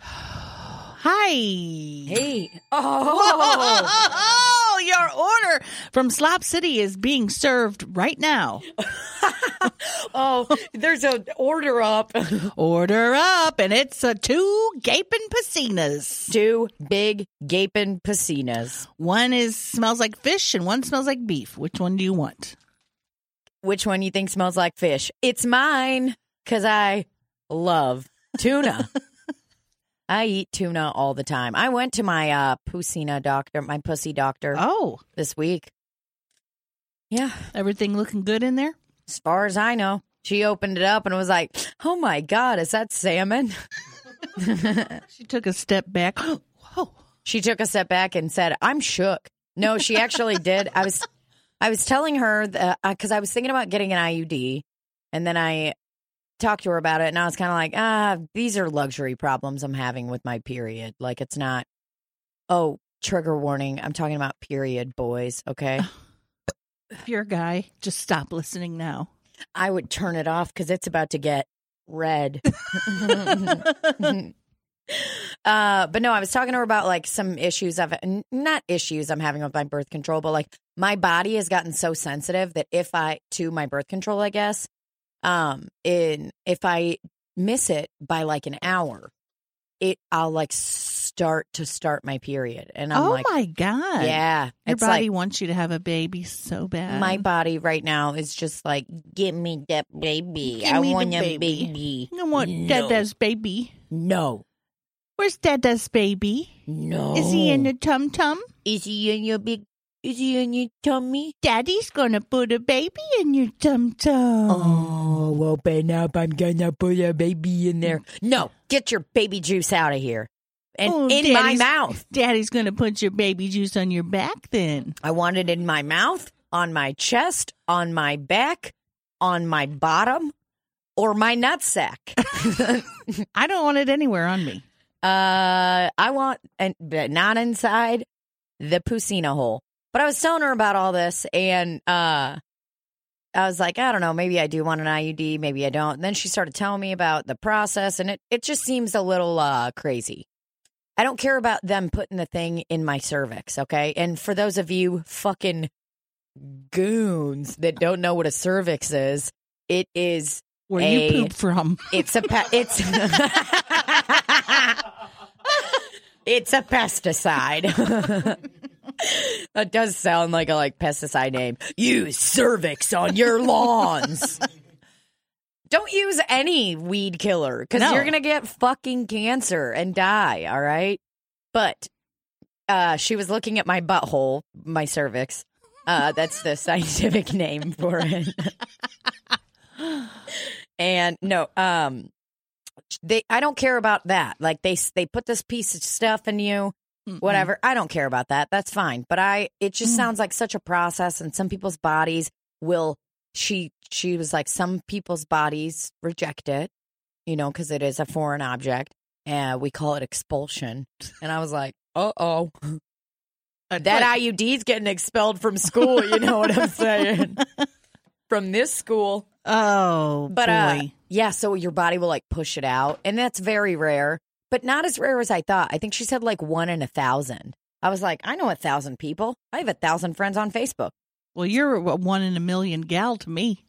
Hi. Hey. Oh, Oh. your order from Slop City is being served right now. oh, there's an order up. Order up, and it's a two gaping piscinas. Two big gaping piscinas. One is smells like fish, and one smells like beef. Which one do you want? Which one you think smells like fish? It's mine because I love tuna. I eat tuna all the time. I went to my uh, pusina doctor, my pussy doctor Oh, this week. Yeah. everything looking good in there. As far as I know, she opened it up and was like, "Oh my god, is that salmon?" She took a step back. Whoa. She took a step back and said, "I'm shook." No, she actually did. I was, I was telling her that because I was thinking about getting an IUD, and then I talked to her about it, and I was kind of like, "Ah, these are luxury problems I'm having with my period. Like it's not." Oh, trigger warning! I'm talking about period, boys. Okay, If you're a guy, just stop listening now. I would turn it off because it's about to get red. Mm-hmm. uh, but no, I was talking to her about like some issues I've n- not issues I'm having with my birth control, but like my body has gotten so sensitive that if I to my birth control, I guess, um, in if I miss it by like an hour, it I'll like start to start my period, and I'm oh like, my god. yeah, Your it's body like wants you to have a baby so bad. my body right now is just like, give me that baby, Give I me the want a baby." baby, I want No. Dada's baby. no, Where's Dada's baby? no, Is he in the tum tum? Is he in your big? Is he in your tummy? Daddy's gonna put a baby in your tum tum. Oh, open up! I'm gonna put a baby in there. No, get your baby juice out of here and Oh, in my daddy's- mouth. Daddy's gonna put your baby juice on your back then. I want it in my mouth, on my chest, on my back, on my bottom, or my nutsack. I don't want it anywhere on me. Uh, I want, and but not inside the Pusina hole. But I was telling her about all this, and uh, I was like, I don't know, maybe I do want an IUD, maybe I don't. And then she started telling me about the process, and it it just seems a little uh crazy. I don't care about them putting the thing in my cervix, okay? And for those of you fucking goons that don't know what a cervix is, it is Where Hey. you poop from. it's a pe- it's it's a pesticide. that does sound like a like pesticide name. Use cervix on your lawns. Don't use any weed killer because No. you're gonna get fucking cancer and die. All right, but uh, she was looking at my butthole, my cervix. Uh, that's the scientific name for it. and no, um, they. I don't care about that. Like they they put this piece of stuff in you, whatever. I don't care about that. That's fine. But I, it just sounds like such a process, and some people's bodies will. She she was like, some people's bodies reject it, you know, because it is a foreign object, and we call it expulsion. And I was like, uh oh. That IUD's getting expelled from school. You know what I'm saying? from this school. oh But uh, boy. yeah, so your body will like push it out. And that's very rare, but not as rare as I thought. I think she said like one in a thousand. I was like, I know a thousand people. I have a thousand friends on Facebook. well, you're a one in a million gal to me.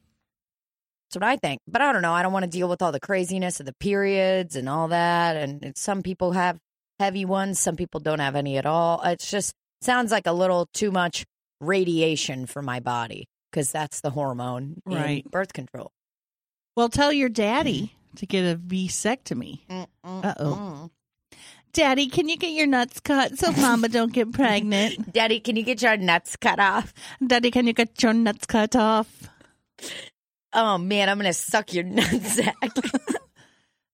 That's what I think. But I don't know. I don't want to deal with all the craziness of the periods and all that. And it's- some people have heavy ones, some people don't have any at all. It's just sounds like a little too much radiation for my body because that's the hormone in Right. birth control. Well, tell your daddy to get a vasectomy. Mm, Uh-oh. Daddy, can you get your nuts cut so Mama don't get pregnant? Daddy, can you get your nuts cut off? Daddy, can you get your nuts cut off? Oh man, I'm gonna suck your nutsack.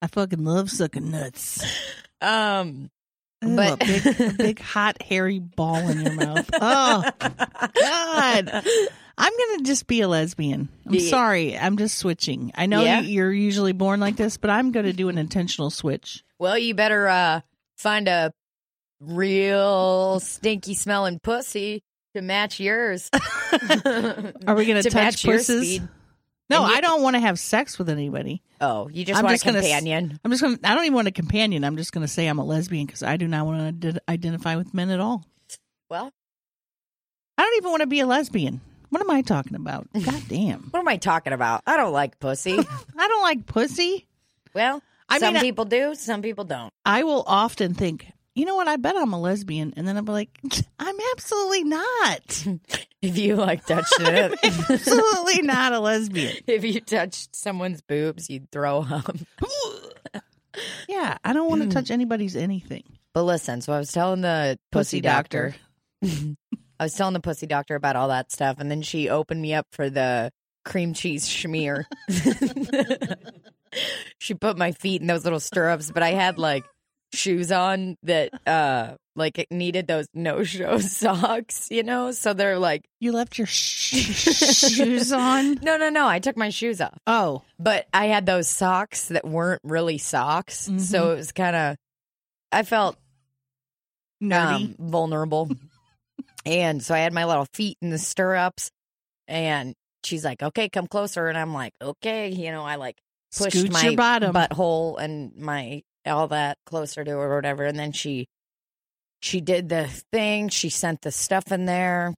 I fucking love sucking nuts. Um, I love But- a big, a big hot hairy ball in your mouth. Oh God. I'm gonna just be a lesbian. I'm Yeah. sorry. I'm just switching. I know Yeah. you- you're usually born like this, but I'm gonna do an intentional switch. Well, you better uh, find a real stinky smelling pussy to match yours. Are we gonna To touch match your pussies? speed. No, And you- I don't want to have sex with anybody. Oh, you just I'm want just a gonna s- companion. I'm just gonna. I don't even want a companion. I'm just gonna say I'm a lesbian because I do not want to identify with men at all. Well, I don't even want to be a lesbian. What am I talking about? God damn. what am I talking about? I don't like pussy. I don't like pussy. well, I some mean, I- people do, some people don't. I will often think, you know what? I bet I'm a lesbian, and then I'll be like, I'm absolutely not. If you like touched it, Absolutely not a lesbian. if you touched someone's boobs, you'd throw up. Yeah, I don't want to Hmm. touch anybody's anything. But listen, so I was telling the pussy, Pussy doctor. doctor. I was telling the pussy doctor about all that stuff, and then she opened me up for the cream cheese schmear. she put my feet in those little stirrups, but I had like shoes on that uh like it needed those no show socks, you know? So they're like You left your sh- shoes on. no no no, I took my shoes off. Oh, But I had those socks that weren't really socks. Mm-hmm. So it was kinda I felt nerdy. um, vulnerable. and so I had my little feet in the stirrups, and she's like, "Okay, come closer," and I'm like, "Okay," you know, I like pushed Scooch my your bottom. butthole and my all that closer to her or whatever, and then she she did the thing. She sent the stuff in there,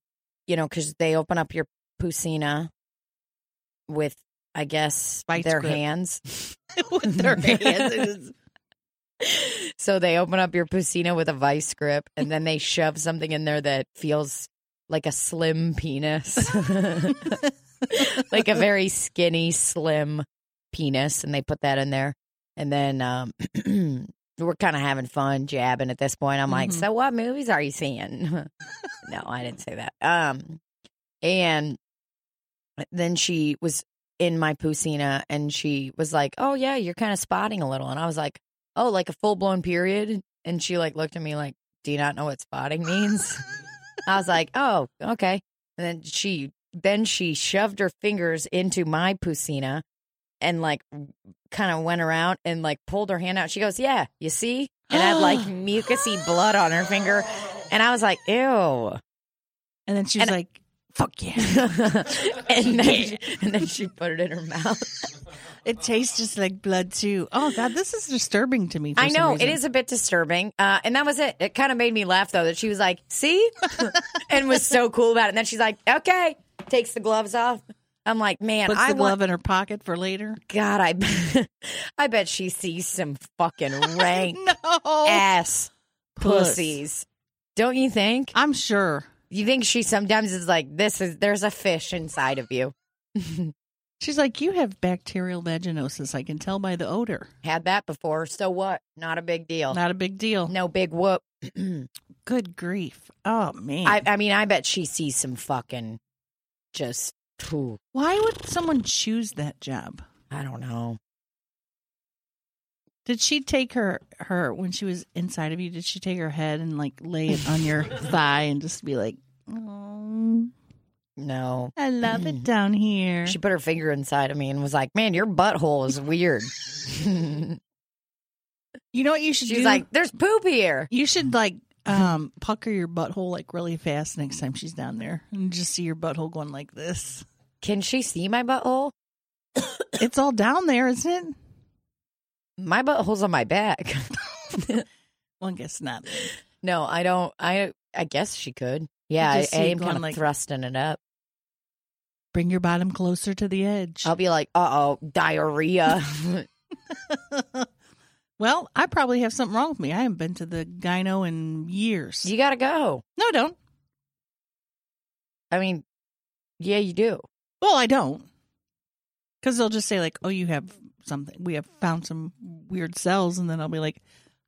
you know, because they open up your pusina with, I guess, Vice their grip. hands. with their hands. It is- So they open up your pusina with a vice grip, and then they shove something in there that feels like a slim penis, like a very skinny, slim penis, and they put that in there. And then um, we're kind of having fun jabbing at this point. I'm like, Mhm. so what movies are you seeing? no, I didn't say that. Um, and then she was in my pusina, and she was like, "Oh yeah, you're kind of spotting a little," and I was like oh, like a full blown period. And she like looked at me like, do you not know what spotting means? I was like, oh, okay. And then she, then she shoved her fingers into my pusina and like kind of went around and like pulled her hand out. She goes, yeah, you see? And had like mucusy blood on her finger. And I was like, ew. And then she's And- like, "Fuck yeah! and, then she, and then she put it in her mouth. It tastes just like blood too." Oh God, this is disturbing to me. for I some know reason. it is a bit disturbing, uh, and that was it. It kind of made me laugh though that she was like, "See," and was so cool about it. And then she's like, "Okay," takes the gloves off. I'm like, man, Puts I the want glove in her pocket for later. God, I, I bet she sees some fucking rank No, ass Oh, Puss. pussies, don't you think? I'm sure You think she sometimes is like, this is there's a fish inside of you. she's like, "You have bacterial vaginosis. I can tell by the odor. Had that before, so what? Not a big deal. Not a big deal. no big whoop. Good grief. Oh man, I, I mean, I bet she sees some fucking just. phew, why would someone choose that job? I don't know. Did she take her her when she was inside of you? Did she take her head and like lay it on your thigh and just be like, "Oh, No. I love it down here." Mm. She put her finger inside of me and was like, Man, your butthole is weird. you know what you should do? She's like, "Mm." There's poop here. You should like um pucker your butthole like really fast next time she's down there and just see your butthole going like this. Can she see my butthole? It's all down there, isn't it? My butthole's on my back. Well, I guess not. no, I don't. I I guess she could. Yeah, You I, just I see it am going kind of like- thrusting it up. Bring your bottom closer to the edge. I'll be like, Uh oh, diarrhea. Well, I probably have something wrong with me. I haven't been to the gyno in years. you got to go. no, I don't. I mean, yeah, you do. Well, I don't. Because they'll just say, like, oh, you have something. We have found some weird cells. And then I'll be like,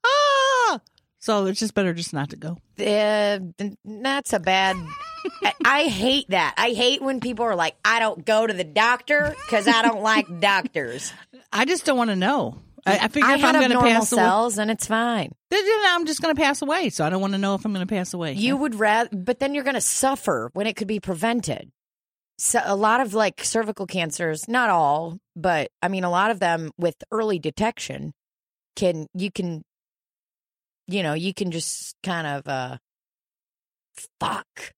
ah. So it's just better just not to go. Uh, that's a bad. I, I hate that. I hate when people are like, I don't go to the doctor because I don't like doctors. I just don't want to know. I, I figure I if had I'm going to abnormal pass away, cells, and it's fine. then I'm just going to pass away. So I don't want to know if I'm going to pass away. You would rather, but then you're going to suffer when it could be prevented. So a lot of like cervical cancers, not all, but I mean a lot of them with early detection can you can you know, you can just kind of uh fuck.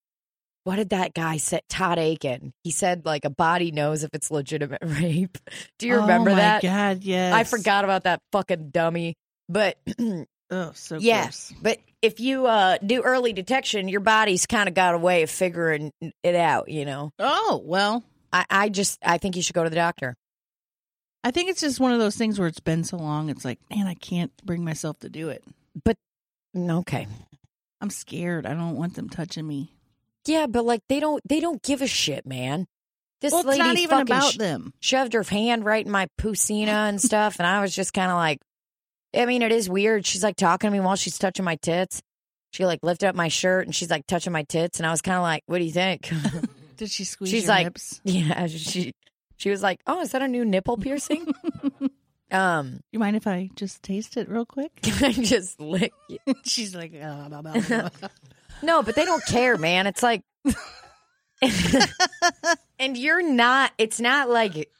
What did that guy say? Todd Aiken. He said like a body knows if it's legitimate rape. Do you remember oh my that? God, yes. I forgot about that fucking dummy. But Oh, so Yeah. gross. But if you uh, do early detection, your body's kind of got a way of figuring it out. You know, Oh well, I, I just I think you should go to the doctor. I think it's just one of those things where it's been so long. It's like, man, I can't bring myself to do it. Mm, Okay. I'm scared. I don't want them touching me. Yeah, but like they don't they don't give a shit, man. This well, it's lady not even fucking about sh- them. shoved her hand right in my pusina and stuff, and I was just kind of like, I mean, it is weird. She's like talking to me while she's touching my tits. She like lifted up my shirt and she's like touching my tits, and I was kind of like, "What do you think?" Did she squeeze She's your like- lips? yeah, she she was like, "Oh, is that a new nipple piercing?" um, You mind if I just taste it real quick? Can I just lick you? She's like, "Ah, blah, blah, blah, blah." No, but they don't care, man. It's like, and you're not, it's not like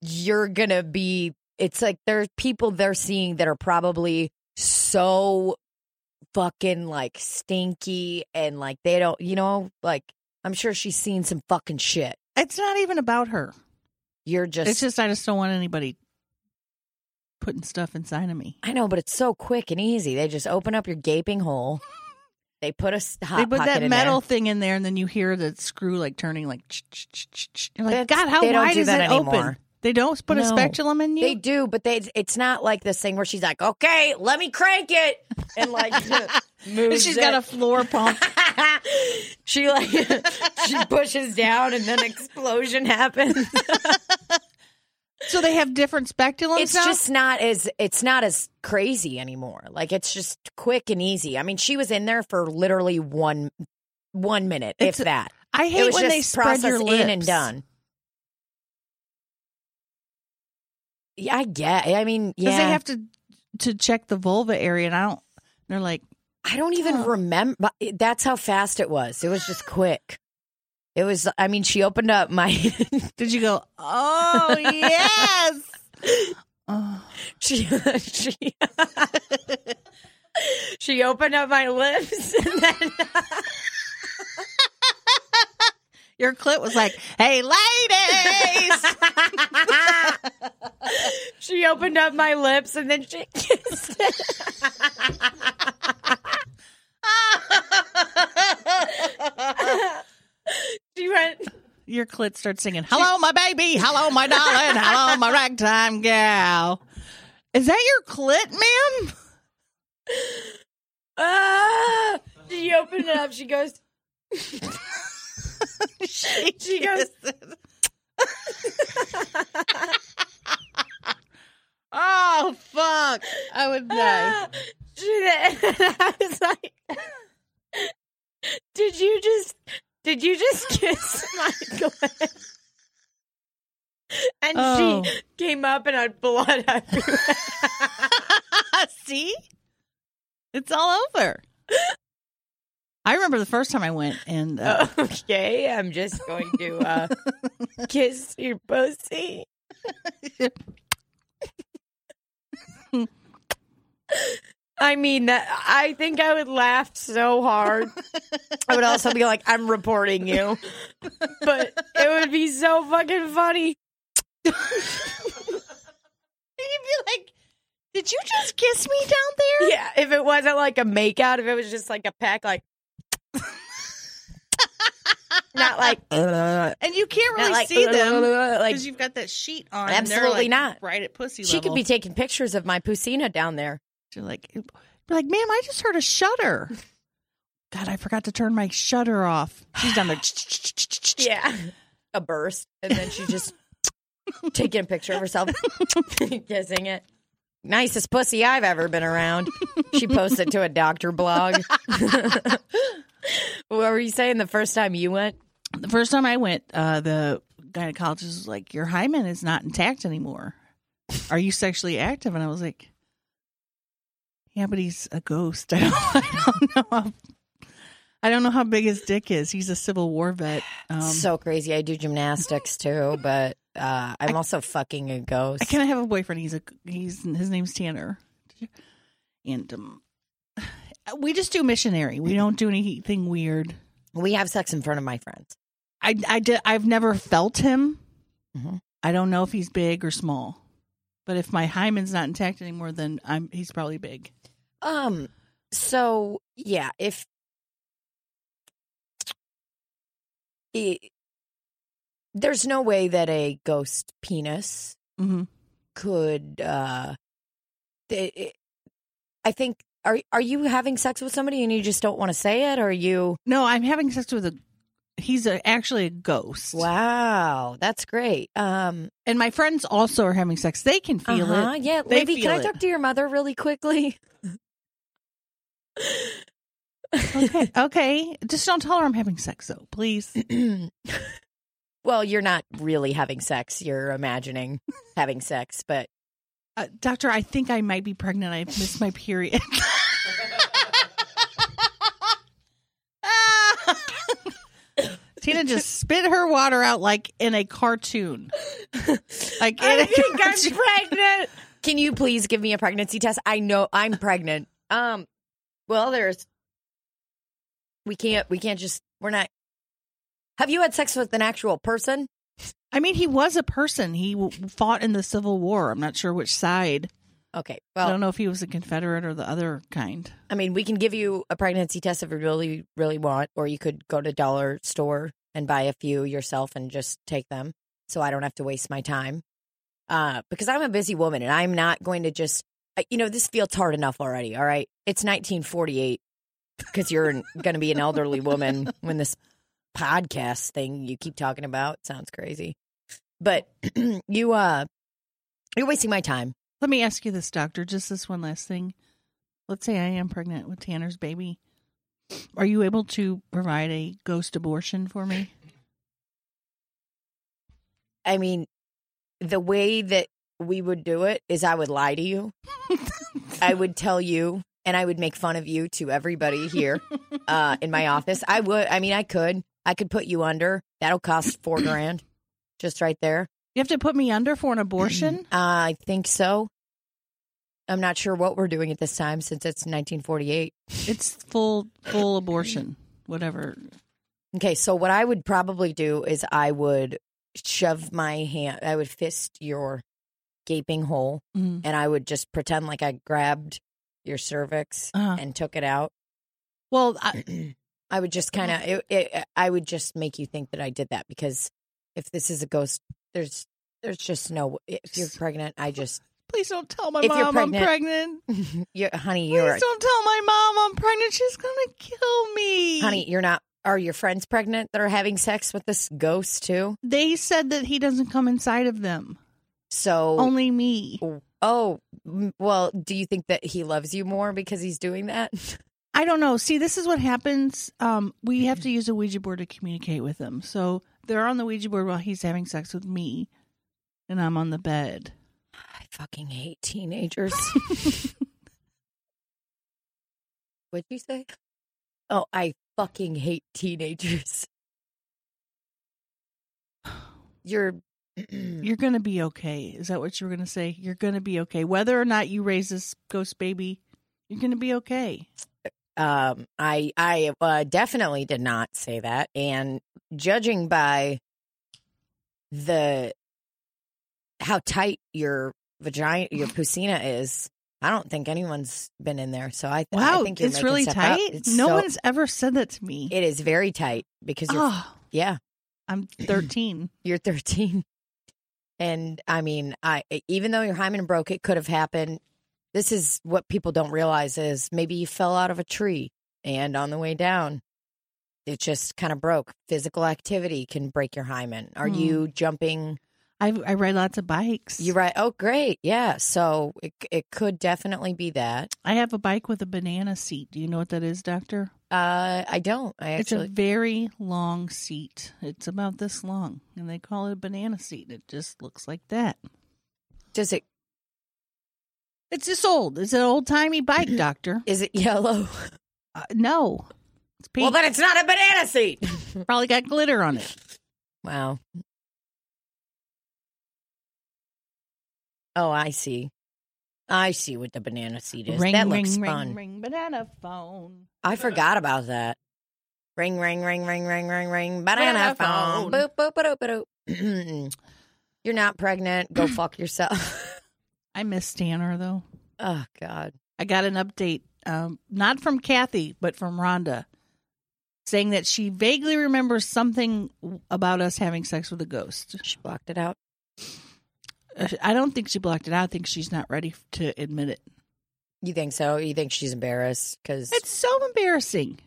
you're going to be, it's like there's people they're seeing that are probably so fucking like stinky and like they don't, you know, like I'm sure she's seen some fucking shit. it's not even about her. You're just, It's just I just don't want anybody putting stuff inside of me. I know, but it's so quick and easy. They just open up your gaping hole. They put a s- hot they put pocket that in there. metal thing in there, and then you hear the screw like turning, like ch ch ch ch ch. You're like, That's- God, how they don't wide do is that it open? anymore. They don't put a No. speculum in you. They do, but they it's not like this thing where she's like, "Okay, let me crank it," and like moves. She's got a floor pump. a. she like she pushes down, and then explosion happens. so they have different speculums. it's now? just not as it's not as crazy anymore. Like it's just quick and easy. I mean, she was in there for literally one one minute, It's- if that. I it hate was when just they spread your processed lips. in and done. Yeah, I get. I mean, yeah. Because they have to to check the vulva area, and I don't. They're like, I don't even Huh. remember. That's how fast it was. It was just quick. It was. I mean, she opened up my. did you go? Oh yes. oh, she she she opened up my lips and then your clit was like, hey ladies. she opened up my lips and then she kissed it. she went. your clit starts singing, "Hello, my baby. Hello, my darling. Hello, my ragtime gal." Is that your clit, ma'am? Ah! She opened it up. She goes. She, She goes- kisses. oh fuck! I would die. Ah, shit. And I was like, did you just, did you just kiss Michael? And Oh. she came up and I had blood everywhere. See, it's all over. I remember the first time I went, and uh, okay, I'm just going to uh, kiss your pussy. I mean, that I think I would laugh so hard. I would also be like, "I'm reporting you," but it would be so fucking funny. you'd be like, "Did you just kiss me down there?" Yeah, if it wasn't like a makeout, if it was just like a peck, like not like not And you can't really like see them like because you've got that sheet on. and they're, Absolutely like, not. Right at pussy she could level. be taking pictures of my pusina down there. You're like, you're like, ma'am, I just heard a shutter. God, I forgot to turn my shutter off. She's down there. Yeah, a burst, and then she just taking a picture of herself kissing it. Nicest pussy I've ever been around. She posted to a doctor blog. what were you saying the first time you went? The first time I went, uh, the gynecologist was like, your hymen is not intact anymore. Are you sexually active? And I was like, Yeah, but he's a ghost. I don't, I don't know how I don't know how big his dick is. He's a Civil War vet. Um, so crazy. I do gymnastics too, but uh, I'm also fucking a ghost. I kind of have a boyfriend. He's a he's his name's Tanner, and um, we just do missionary. We don't do anything weird. we have sex in front of my friends. I I did. I've never felt him. Mhm. I don't know if he's big or small, but if my hymen's not intact anymore, then I'm he's probably big. Um. So yeah, if I- there's no way that a ghost penis hmm could, uh, th- it, I think. Are are you having sex with somebody and you just don't want to say it? Or are you? No, I'm having sex with a. He's a, actually a ghost. Wow, that's great. Um, And my friends also are having sex. They can feel uh-huh, it. Yeah, They lady, can feel I it. talk to your mother really quickly? Okay. okay. Just don't tell her I'm having sex though, please. well, you're not really having sex. You're imagining having sex, but Uh, doctor, I think I might be pregnant. I've missed my period. Tina just spit her water out like in a cartoon. Like in a cartoon. pregnant. Can you please give me a pregnancy test? I know I'm pregnant. Um, well, there's we can't we can't just we're not. Have you had sex with an actual person? I mean, he was a person. He w- fought in the Civil War. I'm not sure which side. Okay, I don't well, know if he was a Confederate or the other kind. I mean, we can give you a pregnancy test if you really really want, or you could go to dollar store and buy a few yourself and just take them, so I don't have to waste my time. Uh, because I'm a busy woman and I'm not going to just, I- you know, this field's hard enough already. All right, it's 1948. because you're going to be an elderly woman when this podcast thing you keep talking about sounds crazy. But you, uh, you're wasting my time. Let me ask you this, doctor, just this one last thing. Let's say I am pregnant with Tanner's baby. Are you able to provide a ghost abortion for me? I mean, the way that we would do it is I would lie to you. I would tell you, and I would make fun of you to everybody here uh, in my office. I would. I mean, I could. I could put you under. That'll cost four grand, just right there. You have to put me under for an abortion? I think so. I'm not sure what we're doing at this time since it's 1948. it's full full abortion. Whatever. Okay, so what I would probably do is I would shove my hand, I would fist your gaping hole, Mm. and I would just pretend like I grabbed your cervix Uh-huh. and took it out. Well, I, I would just kind of, it, it, I would just make you think that I did that because if this is a ghost, there's, there's just no. If you're pregnant, I just, please don't tell my If you're mom I'm pregnant- pregnant. you honey, Please you're, don't tell my mom I'm pregnant. She's going to kill me. honey, you're not. Are your friends pregnant that are having sex with this ghost too? They said that he doesn't come inside of them. So Only me. Oh, m- well, do you think that he loves you more because he's doing that? I don't know. See, this is what happens. Um, we have to use a Ouija board to communicate with them. So they're on the Ouija board while he's having sex with me, and I'm on the bed. I fucking hate teenagers. What'd you say? Oh, I fucking hate teenagers. You're You're going to be okay. Is that what you were going to say? You're going to be okay. Whether or not you raise this ghost baby, you're going to be okay. um I I uh, definitely did not say that and judging by the how tight your vagina your pusina is, I don't think anyone's been in there. So I, I Wow, think you're it's making really stuff up. tight. It's no so- one's ever said that to me. It is very tight because you're oh, yeah, I'm 13. you're 13. And I mean, I e, even though your hymen broke, it could have happened. This is what people don't realize is maybe you fell out of a tree and on the way down it just kind of broke. Physical activity can break your hymen. Are Hmm. you jumping? I I ride lots of bikes. You right. Oh, great. Yeah. So it it could definitely be that. I have a bike with a banana seat. Do you know what that is, doctor? Uh, I don't. I actually. It's a very long seat. It's about this long, and they call it a banana seat. It just looks like that. does it It's just old. It's an old timey bike, doctor. Is it yellow? Uh, no, it's pink. Well, then it's not a banana seat. Probably got glitter on it. Wow. Oh, I see. I see what the banana seat is. ring, that ring, looks ring, fun. ring, banana phone. I forgot about that. Ring, ring, ring, ring, ring, ring, ring. Banana Banana phone. phone. Boop, boop, boop, boop. You're not pregnant. Go fuck yourself. I miss Tanner though. oh God. I got an update, um, not from Kathy, but from Rhonda, saying that she vaguely remembers something about us having sex with a ghost. Uh, She blocked it out. I don't think she blocked it out. I think she's not ready to admit it. You think so? You think she's embarrassed? Because It's so embarrassing.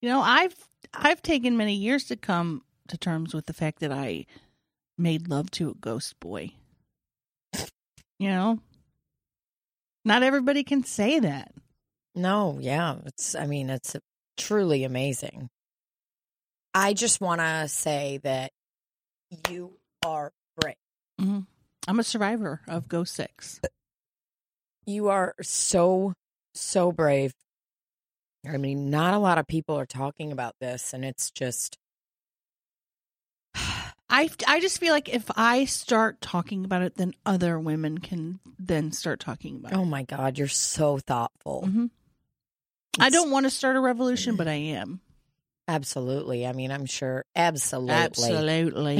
You know, I've I've taken many years to come to terms with the fact that I made love to a ghost boy. You know, not everybody can say that. no, yeah. It's. I mean, it's truly amazing. I just want to say that you are brave. I'm a survivor of ghost sex. You are so, so brave. I mean, not a lot of people are talking about this, and it's just, I I just feel like if I start talking about it, then other women can then start talking about oh it. my God, you're so thoughtful. Mhm. I Oh. It's- don't want to start a revolution, but I am Absolutely. I mean, I'm sure. Absolutely. absolutely.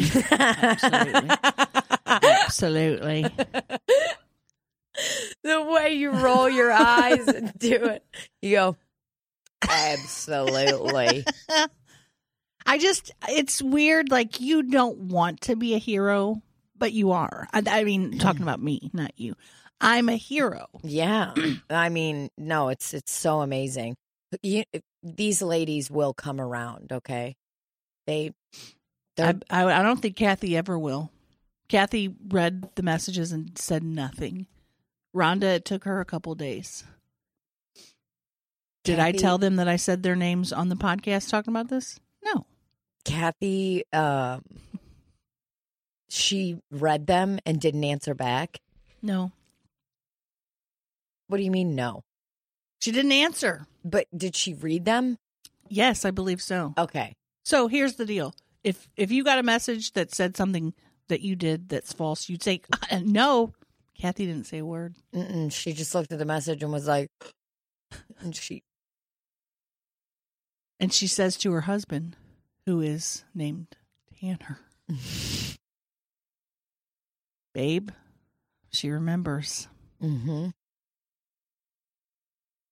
Absolutely. the way you roll your eyes and do it, you go, absolutely. I just, it's weird. Like, you don't want to be a hero, but you are. I, I mean, talking about me, not you. I'm a hero. Yeah. I mean, no, it's it's so amazing. You, eh, these ladies will come around, okay? They I, They're- I, I don't think Kathy ever will. Kathy read the messages and said nothing. Rhonda, it took her a couple days. Did I Kathy- tell them that I said their names on the podcast talking about this? No. Kathy um she read them and didn't answer back. No. What do you mean no? She didn't answer. But did she read them? Yes, I believe so. Okay. So here's the deal: if if you got a message that said something that you did that's false, you'd say "Uh, no. Kathy didn't say a word. Mm-mm. She just looked at the message and was like and she And she says to her husband, who is named Tanner, babe, she remembers. Mhm. Mm-hmm.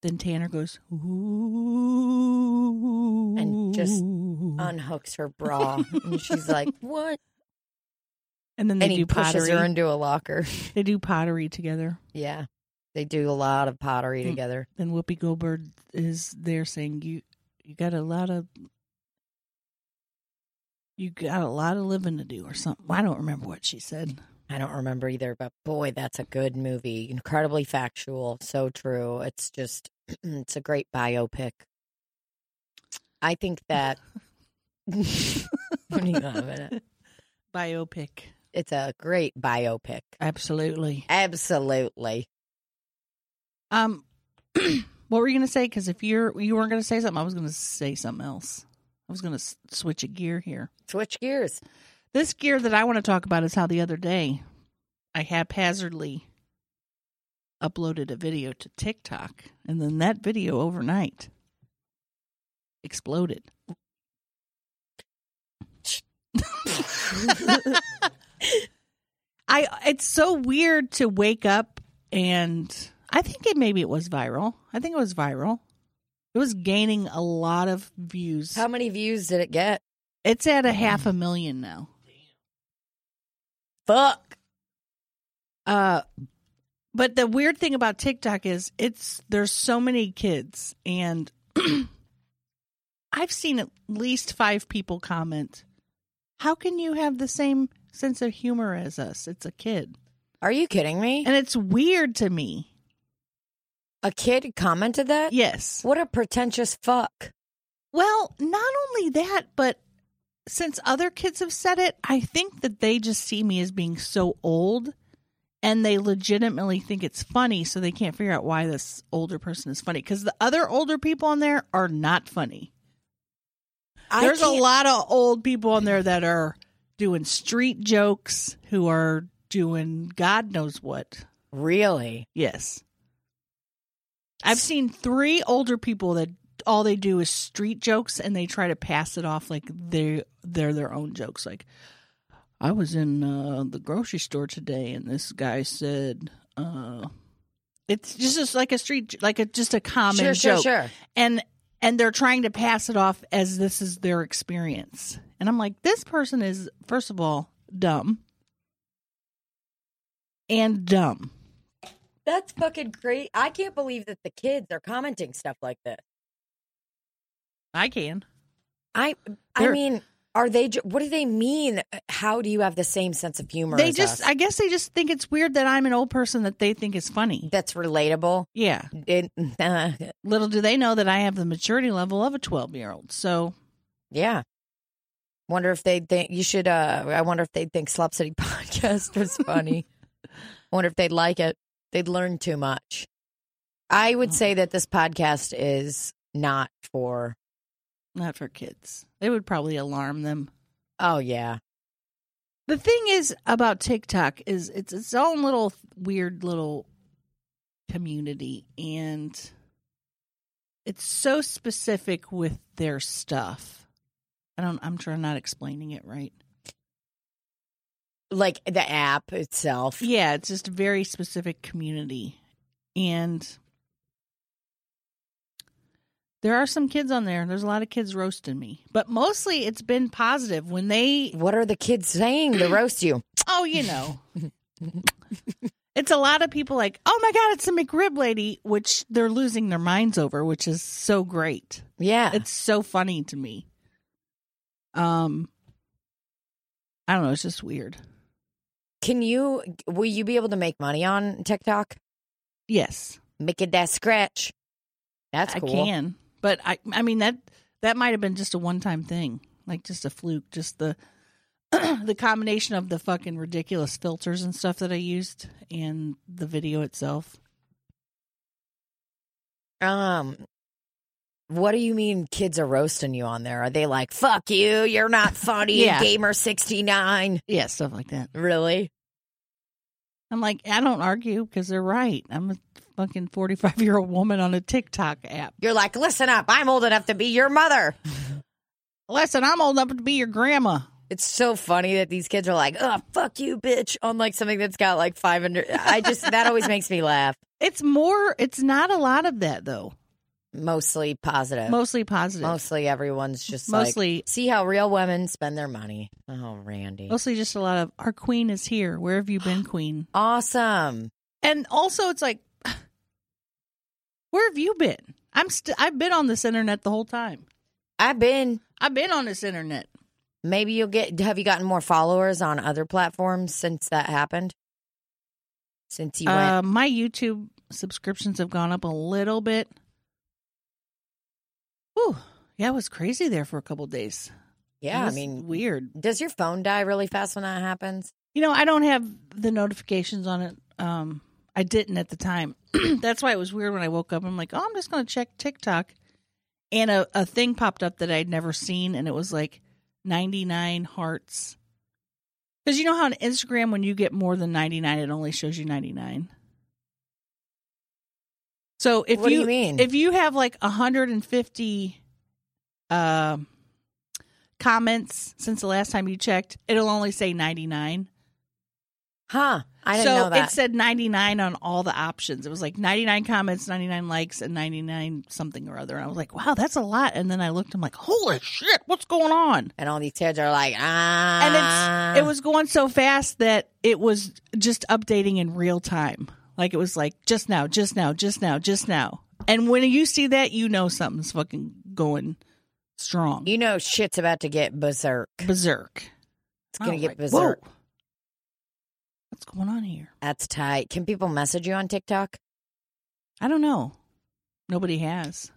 Then Tanner goes, ooh, And just unhooks her bra and she's like, "What?" and then they And he do pushes pottery. her into a locker. they do pottery together. Yeah. They do a lot of pottery Mm. together. Then Whoopi Goldberg is there saying, "You, you got a lot of, you got a lot of living to do, or something." I don't remember what she said. I don't remember either, but boy, that's a good movie. Incredibly factual, so true. It's just it's a great biopic. I think that What are you laughing at? Biopic, it's a great biopic. absolutely. Absolutely. Um, what were you gonna say? Because if you're you weren't gonna say something, I was gonna say something else. I was gonna s- switch a gear here. Switch gears. This gear that I want to talk about is how the other day I haphazardly uploaded a video to TikTok, and then that video overnight exploded. I it's so weird to wake up and I think it maybe it was viral. I think it was viral. It was gaining a lot of views. How many views did it get? It's at a half a million now. Fuck. Uh, but the weird thing about TikTok is it's there's so many kids, and I've seen at least five people comment, "How can you have the same sense of humor as us? It's a kid," Are you kidding me? and it's weird to me. A kid commented that? Yes. What a pretentious fuck. Well, not only that, but since other kids have said it, I think that they just see me as being so old and they legitimately think it's funny, so they can't figure out why this older person is funny because the other older people on there are not funny. I There's a can't- lot of old people on there that are doing street jokes, who are doing God knows what. Really? Yes. I've seen three older people that all they do is street jokes and they try to pass it off like they they're their own jokes like I was in uh, the grocery store today and this guy said uh it's just, just like a street like a just a common Sure, sure, joke. sure. And and they're trying to pass it off as this is their experience. And I'm like this person is first of all dumb and dumb. That's fucking great. I can't believe that the kids are commenting stuff like this. I can. I I They're- mean, are they ju- what do they mean? Uh, How do you have the same sense of humor They as just, us? I guess they just think it's weird that I'm an old person that they think is funny. that's relatable? yeah. It- uh, Little do they know that I have the maturity level of a 12 year old. So yeah. Wonder if they think you should uh I wonder if they'd think Slop City podcast was funny. wonder if they'd like it. They'd learn too much. I Oh. would say that this podcast is not for not for kids. It would probably alarm them. oh yeah. The thing is about TikTok is it's its own little weird little community and it's so specific with their stuff. I don't I'm sure I'm not explaining it right. Like the app itself. Yeah, it's just a very specific community. And there are some kids on there. There's a lot of kids roasting me. But mostly it's been positive when they What are the kids saying to roast you? oh, you know. it's a lot of people like, "Oh my god, it's a McRib lady," which they're losing their minds over, which is so great. Yeah. It's so funny to me. Um I don't know, it's just weird. Can you will you be able to make money on TikTok? Yes. Make it that scratch. That's cool. I can, but I I mean that that might have been just a one time thing, like just a fluke, just the the combination of the fucking ridiculous filters and stuff that I used and the video itself. Um what do you mean kids are roasting you on there? Are they like, fuck you, you're not funny, Yeah. gamer sixty nine? Yeah, stuff like that. Really? I'm like, I don't argue because they're right. I'm a fucking 45 year old woman on a TikTok app. You're like, listen up, I'm old enough to be your mother. Listen, I'm old enough to be your grandma. It's so funny that these kids are like, oh fuck you, bitch, on like something that's got like five hundred I just that always makes me laugh. It's more. It's not a lot of that though. Mostly positive. Mostly positive. Mostly everyone's just Mostly- like, see how real women spend their money. Oh, Randy. Mostly just a lot of our queen is here. Where have you been, queen? Awesome. and also it's like where have you been i'm st- i've been on this internet the whole time I've been. i've been on this internet Maybe you'll get. Have you gotten more followers on other platforms since that happened? Since you went, uh, my youtube subscriptions have gone up a little bit Whew. yeah it was crazy there for a couple days It yeah. I was mean, weird does your phone die really fast when that happens? you know i don't have the notifications on it um i didn't at the time that's why it was weird when i woke up i'm like oh i'm just going to check tiktok and a, a thing popped up that i'd never seen and it was like 99 hearts because you know how on instagram when you get more than 99 it only shows you 99 so if What do you, you mean? if you have like 150 um comments since the last time you checked it'll only say 99 Huh? I didn't so know that. it said 99 on all the options. It was like 99 comments, 99 likes, and 99 something or other. And I was like, wow, that's a lot. And then I looked, I'm like, holy shit, what's going on? and all these kids are like, ah. And it's, it was going so fast that it was just updating in real time. Like it was like, just now, just now, just now, just now. And when you see that, you know something's fucking going strong. You know, shit's about to get berserk. Berserk. It's gonna I was get like, berserk. Whoa. What's going on here? That's tight. Can people message you on TikTok? I don't know. Nobody has.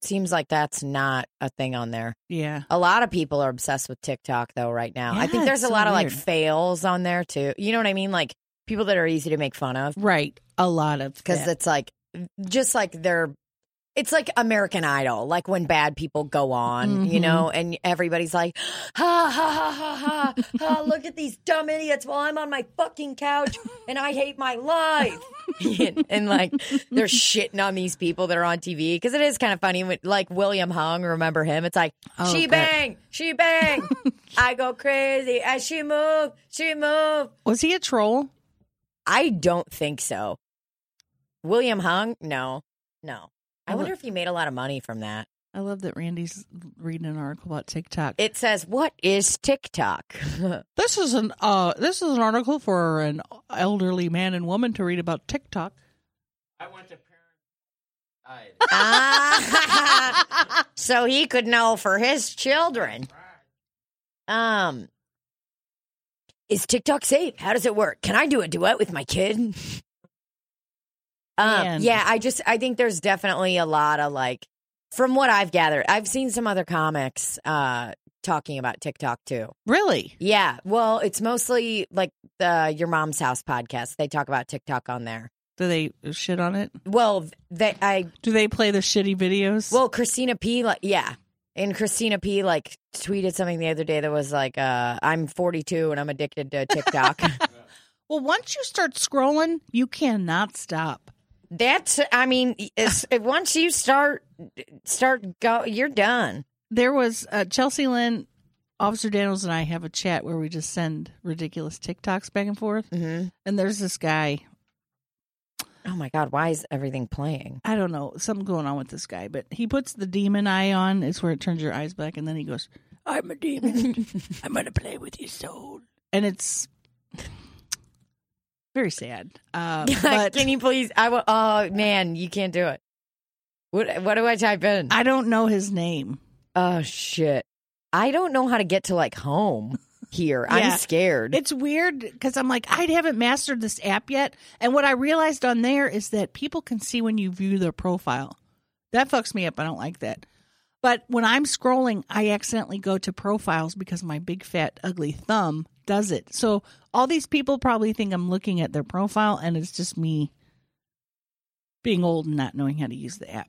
seems like that's not a thing on there. Yeah. A lot of people are obsessed with TikTok though right now. I Yeah, think there's it's a so lot of like weird. fails on there too. You know what I mean? Like people that are easy to make fun of Right. A lot of because that. it's like just like they're it's like American Idol, like when bad people go on, you Mhm. know, and everybody's like, ha ha ha ha ha, ha look at these dumb idiots while I'm on my fucking couch and I hate my life. and, and, like they're shitting on these people that are on TV because it is kind of funny. when- Like William Hung, remember him? It's like, Oh, she God. bang, she bang. I go crazy as she move, she move. Was he a troll? I don't think so. William Hung? No, no. I I wonder look- if he made a lot of money from that. I love that Randy's reading an article about TikTok. It says, "What is TikTok?" this is an uh this is an article for an elderly man and woman to read about TikTok. I went to parent. Ah, so he could know for his children. Um, is TikTok safe? How does it work? Can I do a duet with my kid? Um, Man. yeah, I just I think there's definitely a lot of like, from what I've gathered, I've seen some other comics uh talking about TikTok too. Really? Yeah, well, it's mostly like the Your Mom's House podcast. They talk about TikTok on there. Do they shit on it? Well, that I Do they play the shitty videos? Well, Christina P. Like, yeah, and Christina P. Like tweeted something the other day that was like, uh, "I'm 42 and I'm addicted to TikTok." well, once you start scrolling, you cannot stop. That's, I mean, it's, once you start start go, you're done. There was uh, Chelsea Lynn, Officer Daniels, and I have a chat where we just send ridiculous TikToks back and forth. hmm And there's this guy Oh my god, why is everything playing? I don't know, something going on with this guy, but he puts the demon eye on. It's where it turns your eyes black, and then he goes, "I'm a demon. I'm gonna play with your soul." And it's very sad. Uh, but Can you please? I will. Oh man, you can't do it. What What do I type in? I don't know his name. oh shit, I don't know how to get to like home here. I'm Yeah. scared. It's weird because I'm like, I haven't mastered this app yet. And what I realized on there is that people can see when you view their profile. That fucks me up. I don't like that. But when I'm scrolling, I accidentally go to profiles because my big fat ugly thumb does it. So all these people probably think I'm looking at their profile and it's just me being old and not knowing how to use the app.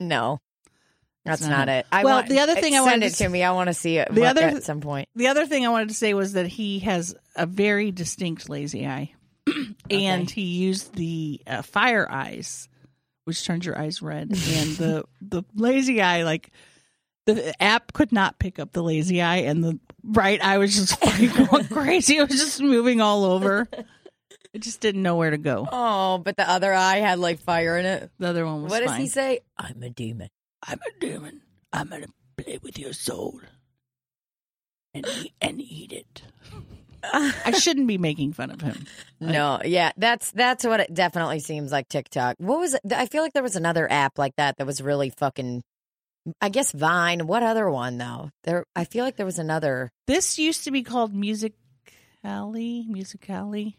No, that's not not, it. it. I Well, want, the other thing I send wanted it to to s- me. I want to see it The the other- at some point. The other thing I wanted to say was that he has a very distinct lazy eye, and he used the uh, fire eyes, which turns your eyes red, and the the lazy eye like the app could not pick up the lazy eye, and the right eye was just fucking going crazy. It was just moving all over. It just didn't know where to go. Oh, but the other eye had like fire in it. The other one was What does fine. he say? I'm a demon. I'm a demon. I'm gonna play with your soul and eat, and eat it. I shouldn't be making fun of him. No, yeah, that's that's what it definitely seems like TikTok. What was it? I feel like there was another app like that that was really fucking. I guess Vine. What other one though? There, I feel like there was another. This used to be called Musically. Musically.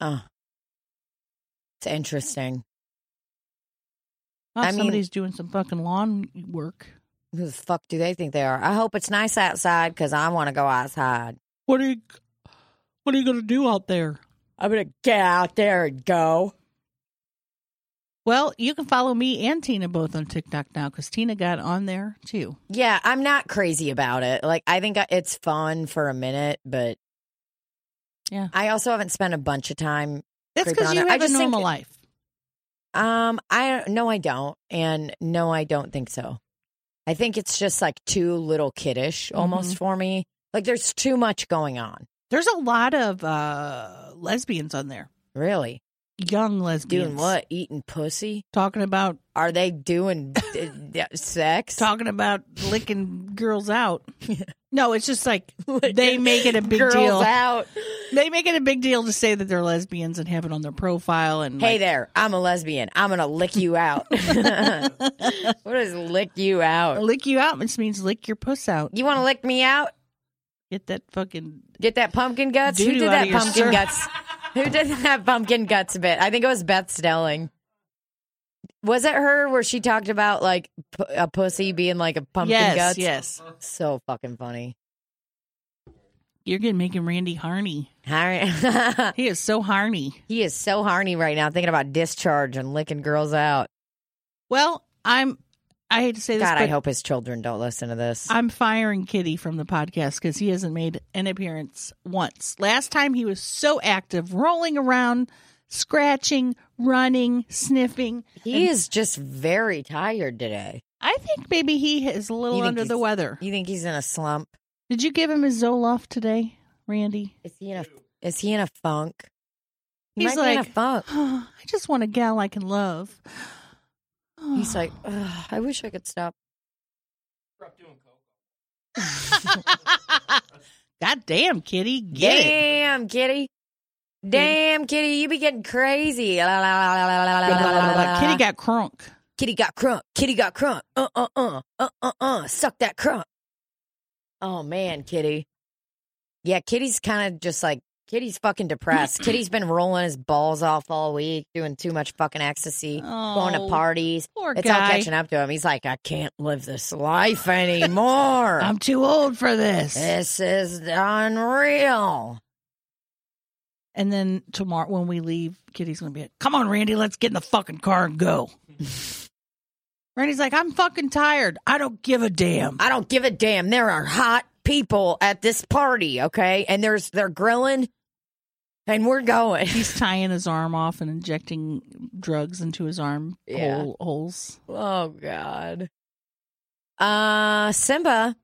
Oh, it's interesting. Oh, I mean- somebody's doing some fucking lawn work. Who the fuck do they think they are? I hope it's nice outside because I want to go outside. What are you? What are you gonna do out there? I'm gonna get out there and go. Well, you can follow me and Tina both on TikTok now because Tina got on there too. Yeah, I'm not crazy about it. Like, I think I- it's fun for a minute, but Yeah. I also haven't spent a bunch of time. That's Great because you Donna. I have a just think- normal life. Um, I no, I don't, and no, I don't think so. I Mm-hmm. think it's just like too little kiddish almost for me. Like, there's too much going on. There's a lot of uh, lesbians on there. Really? Young lesbians. Doing what? Eating pussy? Talking about Are they doing d- d- sex? talking about licking girls out. No, it's just like they make it a big Girls deal. out. They make it a big deal to say that they're lesbians and have it on their profile. And Hey like, there, I'm a lesbian. I'm gonna lick you out. what does lick you out? lick you out. This means lick your puss out. You want to lick me out? Get that fucking Get that pumpkin guts. Who Doo-doo did out that of your pumpkin shirt. guts? Who did that pumpkin guts bit? I think it was Beth Stelling. Was it her where she talked about like p- a pussy being like a pumpkin yes, guts? yes. So fucking funny. You're gonna make him Randy Harney. All right. He is so Harney. he is so horny right now, thinking about discharge and licking girls out. Well, I'm. I hate to say this, God, I but hope his children don't listen to this. I'm firing Kitty from the podcast because he hasn't made an appearance once. Last time he was so active, rolling around, scratching, running, sniffing. He is just very tired today. I think maybe he is a little You think under the he's- weather. You think he's in a slump? Did you give him his Zoloft today, Randy? Is he in a is he in a funk? He He's might be in a like- funk. I just want a gal I can love. He's like, "Ugh, I wish I could stop. God damn, Kitty, get it. Damn, kitty. Damn, kitty, you be getting crazy. La, la, la, la, la, la, la, la, la, la, la. Kitty got crunk. kitty got crunk. Kitty got crunk. Uh uh uh uh uh uh. Suck that crunk. Oh man, kitty. Yeah, kitty's kind of just like kitty's fucking depressed. kitty's been rolling his balls off all week, doing too much fucking ecstasy, going to Oh, parties. poor it's all guy. catching up to him. He's like, I can't live this life anymore. I'm too old for this. This is unreal. And then tomorrow when we leave, Kitty's gonna be like, "Come on, Randy, let's get in the fucking car and go." Randy's like, "I'm fucking tired. I don't give a damn." I don't give a damn. There are hot people at this party, okay? And there's they're grilling and we're going. He's tying his arm off and injecting drugs into his arm Yeah. hole, holes. Oh God. Uh Simba.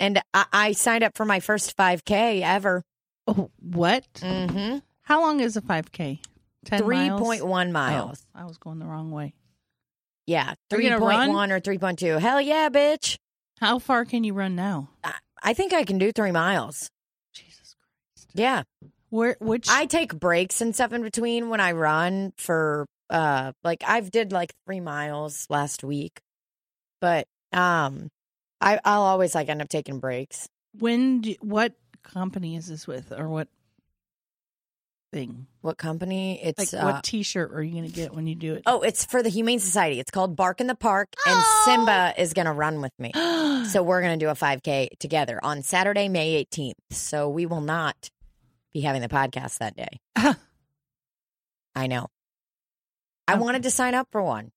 And I, I signed up for my first 5K ever. Oh, what? Mm-hmm. How long is a five k? Ten miles? 3.1 miles. Oh, I was going the wrong way. Yeah. Are you gonna 3.1 or 3.2. Hell yeah, bitch. How far can you run now? I, I think I can do three miles. Jesus Christ! Yeah. Where? Which? I take breaks and stuff in between when I run for uh like I've did like three miles last week. But um I I'll always like end up taking breaks. when? Do, what company is this with, or what thing? What company? It's Like, uh, what T-shirt are you going to get when you do it? Oh, it's for the Humane Society. It's called Bark in the Park and Simba is gonna run with me. so we're gonna do a five K together on Saturday, May eighteenth. So we will not be having the podcast that day. I know. I wanted to sign up for one.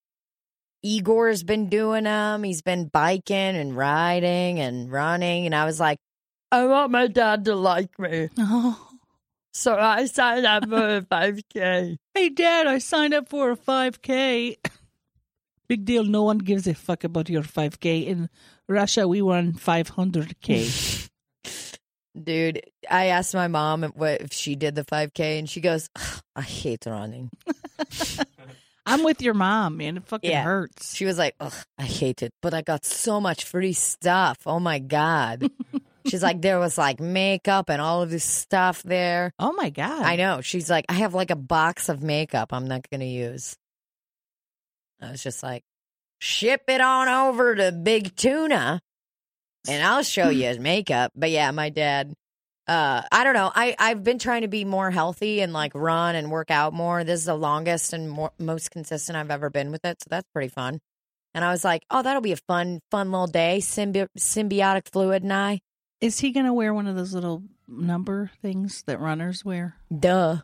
Igor's been doing them. He's been biking and riding and running. And I was like, I want my dad to like me. Oh. So I signed up for a 5K. Hey, Dad, I signed up for a 5K. Big deal. No one gives a fuck about your 5K. In Russia, we won 500K. Dude, I asked my mom what if she did the 5K, and she goes, "Ugh, I hate running. I'm with your mom, man. It fucking Yeah. hurts. She was like, Ugh, I hate it, but I got so much free stuff. Oh my God. She's like, there was like makeup and all of this stuff there. Oh my god. I know. She's like, I have like a box of makeup I'm not going to use. I was just like, ship it on over to Big Tuna and I'll show you his makeup. But yeah, my dad, uh, I don't know. I, I've been trying to be more healthy and like run and work out more. This is the longest and more, most consistent I've ever been with it. So that's pretty fun. And I was like, oh, that'll be a fun, fun little day. Symbi- symbiotic fluid and I. Is he gonna wear one of those little number things that runners wear? Duh.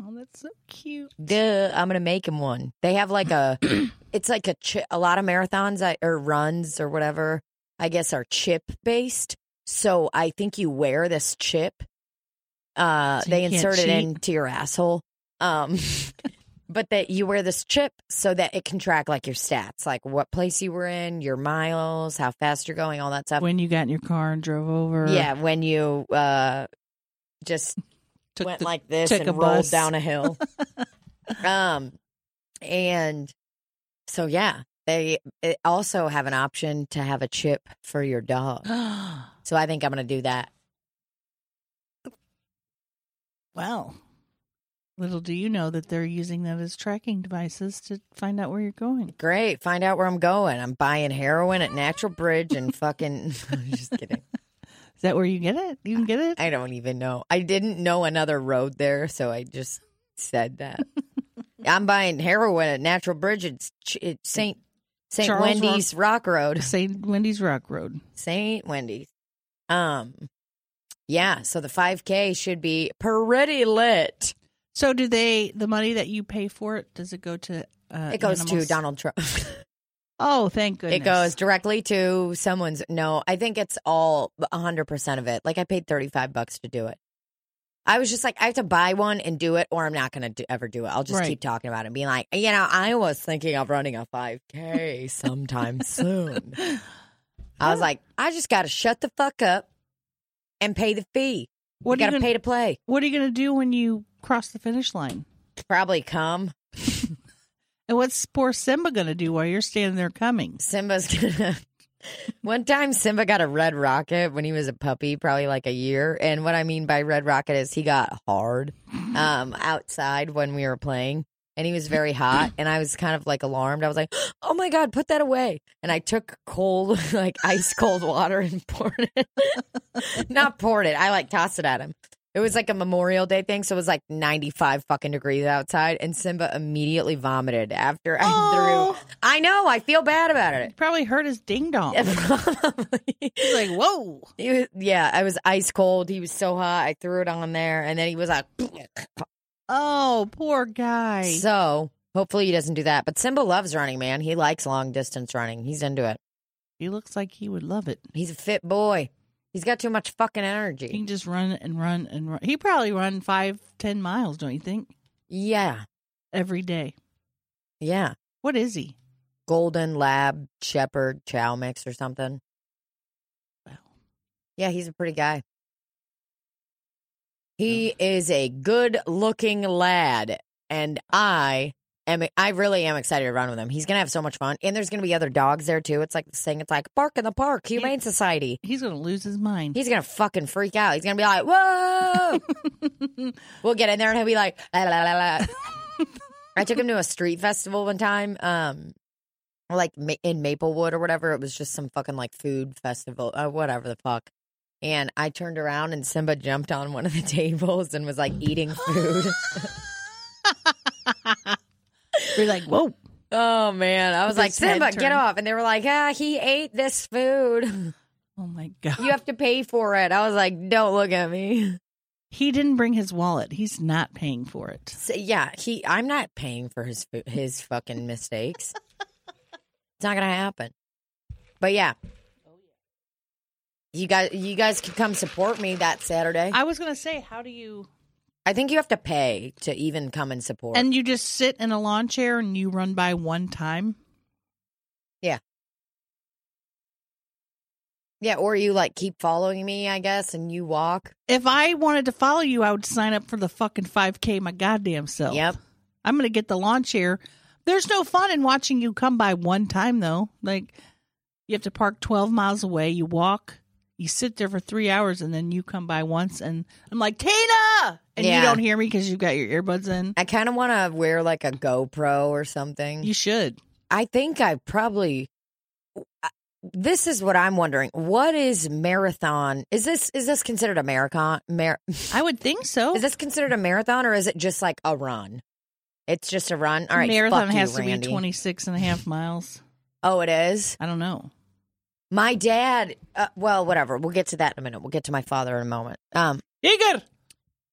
Oh, that's so cute. Duh, I'm gonna make him one. They have like a, it's like a chi- a lot of marathons I, or runs or whatever. I guess are chip based. So I think you wear this chip. Uh, So you they can't insert it cheat? into your asshole. Um, but that you wear this chip so that it can track like your stats, like what place you were in, your miles, how fast you're going, all that stuff. When you got in your car and drove over. yeah, when you uh, just Took went the- like this took and a rolled bus. down a hill. um, and so yeah, they it also have an option to have a chip for your dog. So I think I'm gonna do that. well, little do you know that they're using that as tracking devices to find out where you're going. Great, find out where I'm going. I'm buying heroin at Natural Bridge and fucking. just kidding. Is that where you get it? You can get it. I don't even know. I didn't know another road there, so I just said that. I'm buying heroin at Natural Bridge. It's, it's Saint Saint Charles Rock- Wendy's Rock Road. St. Wendy's Rock Road. Saint Wendy's. Um, yeah. So the 5K should be pretty lit. So do they? The money that you pay for it does it go to? Uh, It goes animals? to Donald Trump. Oh, thank goodness. it goes directly to someone's. No, I think it's all 100 percent of it. Like I paid 35 bucks to do it. I was just like, I have to buy one and do it, or I'm not going to do, ever do it. I'll just Right. keep talking about it and being like, you know, I was thinking of running a 5K sometime soon. I was like, I just got to shut the fuck up and pay the fee. What are you got you to gonna, pay to play. What are you going to do when you cross the finish line? Probably come. And what's poor Simba going to do while you're standing there coming? Simba's gonna. One time, Simba got a red rocket when he was a puppy, probably like a year. And what I mean by red rocket is he got hard um, outside when we were playing, and he was very hot. And I was kind of like alarmed. I was like, "Oh my god, put that away!" And I took cold, like ice cold water and poured it. Not poured it. I like tossed it at him. It was like a Memorial Day thing, so it was like ninety five fucking degrees outside, and Simba immediately vomited after I Oh. threw. I know. I feel bad about it. It probably hurt his ding dong. Yeah, probably. He's like, whoa. He was- yeah, I was ice cold. He was so hot. I threw it on there, and then he was like, Oh, poor guy. so. Hopefully he doesn't do that. But Simba loves running, man. He likes long distance running. He's into it. he looks like he would love it. He's a fit boy. He's got too much fucking He energy. can just run and run and run. He probably run five, ten miles, don't you think? Yeah, Every day. yeah. What is he? Golden Lab Shepherd Chow Mix or something. Wow. Yeah, he's a pretty guy. He is a good looking lad. And I am, e, I really am excited to run with him. He's going to have so much fun. And there's going to be other dogs there too. It's like this thing, it's like Bark in the Park, Humane Society. He's going to lose his mind. He's going to fucking freak out. He's going to be like, whoa. we'll get in there and he'll be like, la, la, la, la. I took him to a street festival one time, um, like ma- in Maplewood or whatever. It was just some fucking like food festival, uh, whatever the fuck. And I turned around and Simba jumped on one of the tables and was like eating food. We're like, whoa. oh man, I was With like, his head Simba, get turned. off! And they were like, Ah, he ate this food. Oh my God. You have to pay for it. I was like, Don't look at me. he didn't bring his wallet. He's not paying for it. So, yeah, he. I'm not paying for his fo- his fucking mistakes. it's not gonna happen. But yeah, you guys, you guys can come support me that Saturday. I, I was going to say, how do you. think you have to pay to even come and support. And you just sit in a lawn chair and you run by one time? yeah, or you like keep following me, I guess, and you walk. If I wanted to follow you, I would sign up for the fucking 5K my goddamn self. Yep. I'm going to get the lawn chair. There's no fun in watching you come by one time, though. Like, you have to park 12 miles away, you walk, you sit there for three hours, and then you come by once, and I'm like, Tina! And Yeah. you don't hear me because you've got your earbuds in. I kind of want to wear like a GoPro or something. You should. I think I probably. This is what I'm wondering. What is marathon? Is this is this considered a marathon? Mar- I would think so. Is this considered a marathon or is it just like a run? It's just a run. All right, Marathon fuck you, has to Randy. be 26 and a half miles. Oh, it is. I don't know. My dad. Uh, well, whatever. We'll get to that in a minute. We'll get to my father in a moment. Um, Igor!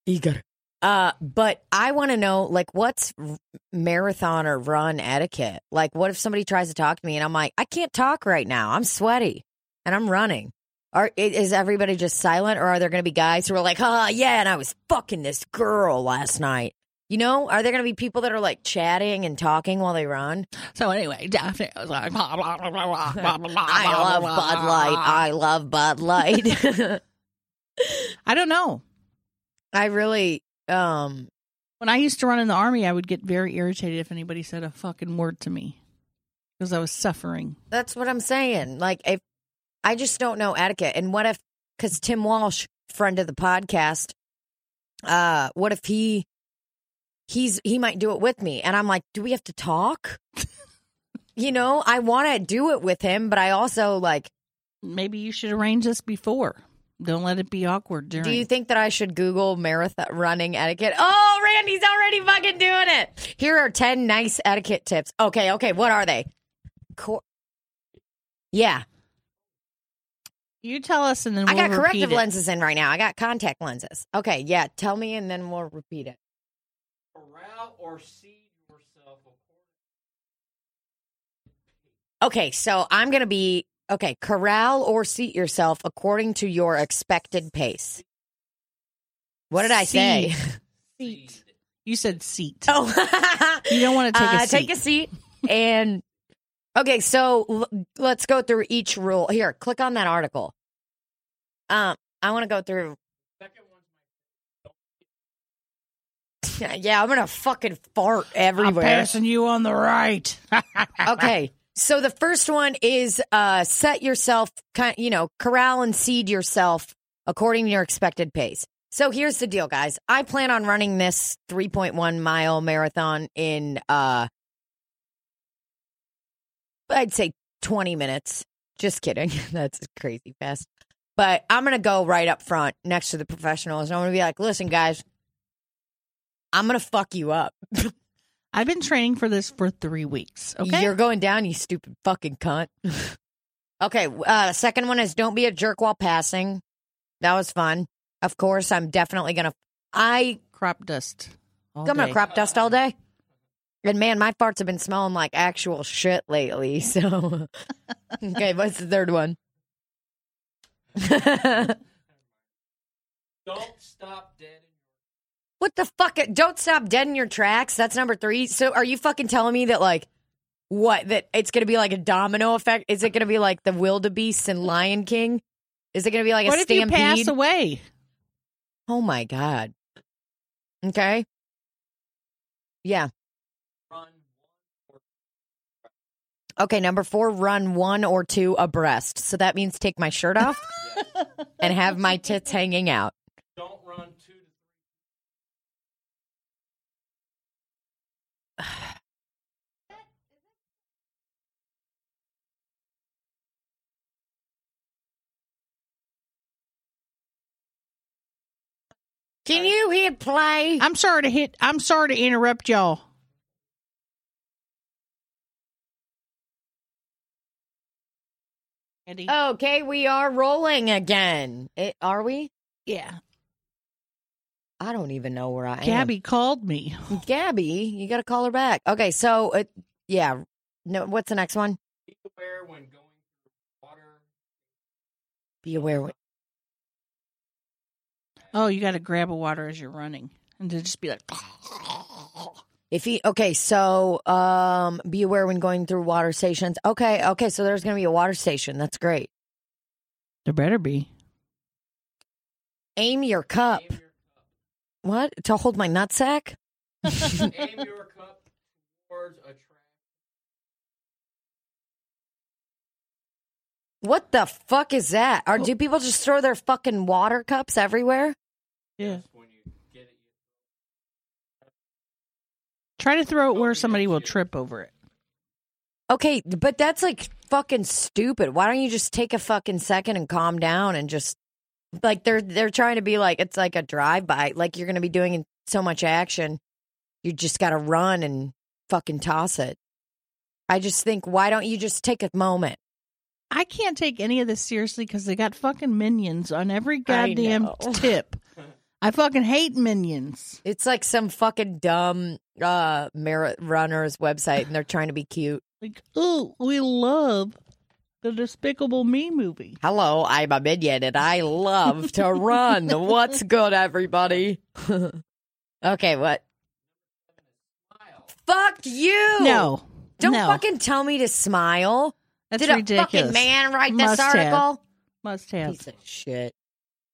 eager. Uh, but I want to know like what's r- marathon or run etiquette? Like, what if somebody tries to talk to me and I'm like, I can't talk right now. I'm sweaty and I'm running. Are i- is everybody just silent, or are there going to be guys who are like, "Ah, yeah," and I was fucking this girl last night? You know, are there going to be people that are like chatting and talking while they run? So anyway, Daphne was like, blah, blah, blah, blah, blah, blah, blah, I love Bud Light. I love Bud Light. I don't know. I really um When I used to run in the army, I would get very irritated if anybody said a fucking word to me because I was suffering. That's what I'm saying. Like, if I just don't know etiquette, and what if? Because Tim Walsh, friend of the podcast, uh, what if he he's he might do it with me, and I'm like, do we have to talk? you know, I want to do it with him, but I also like. Maybe you should arrange this before. Don't let it be awkward during. Do you think that I should Google marathon running etiquette? Oh, Randy's already fucking doing it. Here are 10 nice etiquette tips. Okay, okay, what are they? Cor- yeah, You tell us, and then I we'll got repeat corrective it. lenses in right now. I got contact lenses. Okay, yeah. Tell me, and then we'll repeat it. Corral or seed yourself according Okay, so I'm gonna be okay. Corral or seat yourself according to your expected pace. What did I say? Seat. You said seat. Oh, You don't want to take a uh, seat. take a seat and okay. So l- let's go through each rule here. Click on that article. Um, I want to go through. Yeah, I'm gonna fucking fart everywhere. I'm passing you on the right. okay. So the first one is uh, set yourself, kind you know, corral and seed yourself according to your expected pace. So here's the deal, guys. I plan on running this 3.1 mile marathon in, uh, I'd say 20 minutes. Just kidding. That's crazy fast. But I'm going to go right up front next to the professionals. And I'm going to be like, listen, guys, I'm going to fuck you up. I've been training for this for three weeks. Okay. You're going down, you stupid fucking cunt. okay, uh second one is don't be a jerk while passing. That was fun. Of course, I'm definitely gonna I crop dust. all I'm gonna day. crop dust all day. And man, my farts have been smelling like actual shit lately. So Okay, what's the third one? to- Don't stop dead. What the fuck? Don't stop dead in your tracks. That's number three. So are you fucking telling me that like what that it's gonna be like a domino effect? Is it gonna be like the wildebeest and Lion King? Is it gonna be like What a if you stampede? pass away? oh my god. Okay. Yeah. Run. Okay. Number four, run one or two abreast. So that means take my shirt off and have my tits hanging out. Don't run two to Can you hit play? I'm sorry to hit. I'm sorry to interrupt y'all. Andy. Okay, we are rolling again. It, are we? yeah. I don't even know where I am. Gabby called me. Gabby, you got to call her back. Okay, so uh, yeah, no, what's the next one? be aware when going through water. Be aware. What, Oh, you got to grab a water as you're running, and to just be like, if he okay, so um, be aware when going through water stations. Okay, okay, so there's gonna be a water station. That's great. there better be. Aim your cup. What to hold my nutsack? Aim your cup towards a track. What the fuck is that? Or Oh. do people just throw their fucking water cups everywhere? Yeah. Try to throw it where somebody will trip over it. Okay, but that's like fucking stupid. Why don't you just take a fucking second and calm down and just like they're they're trying to be like it's like a drive by, like you're going to be doing so much action. You just got to run and fucking toss it. I just think why don't you just take a moment? I can't take any of this seriously because they got fucking minions on every I goddamn know. tip. I fucking hate minions. It's like some fucking dumb uh mar- runners website and they're trying to be cute. Like, oh, we love the Despicable Me movie. Hello, I'm a minion and I love to run. What's good, everybody? okay, what? Fuck you. No, Don't no. fucking tell me to smile. That's Did a ridiculous. fucking man write this Must have. article? Must have. Piece of shit.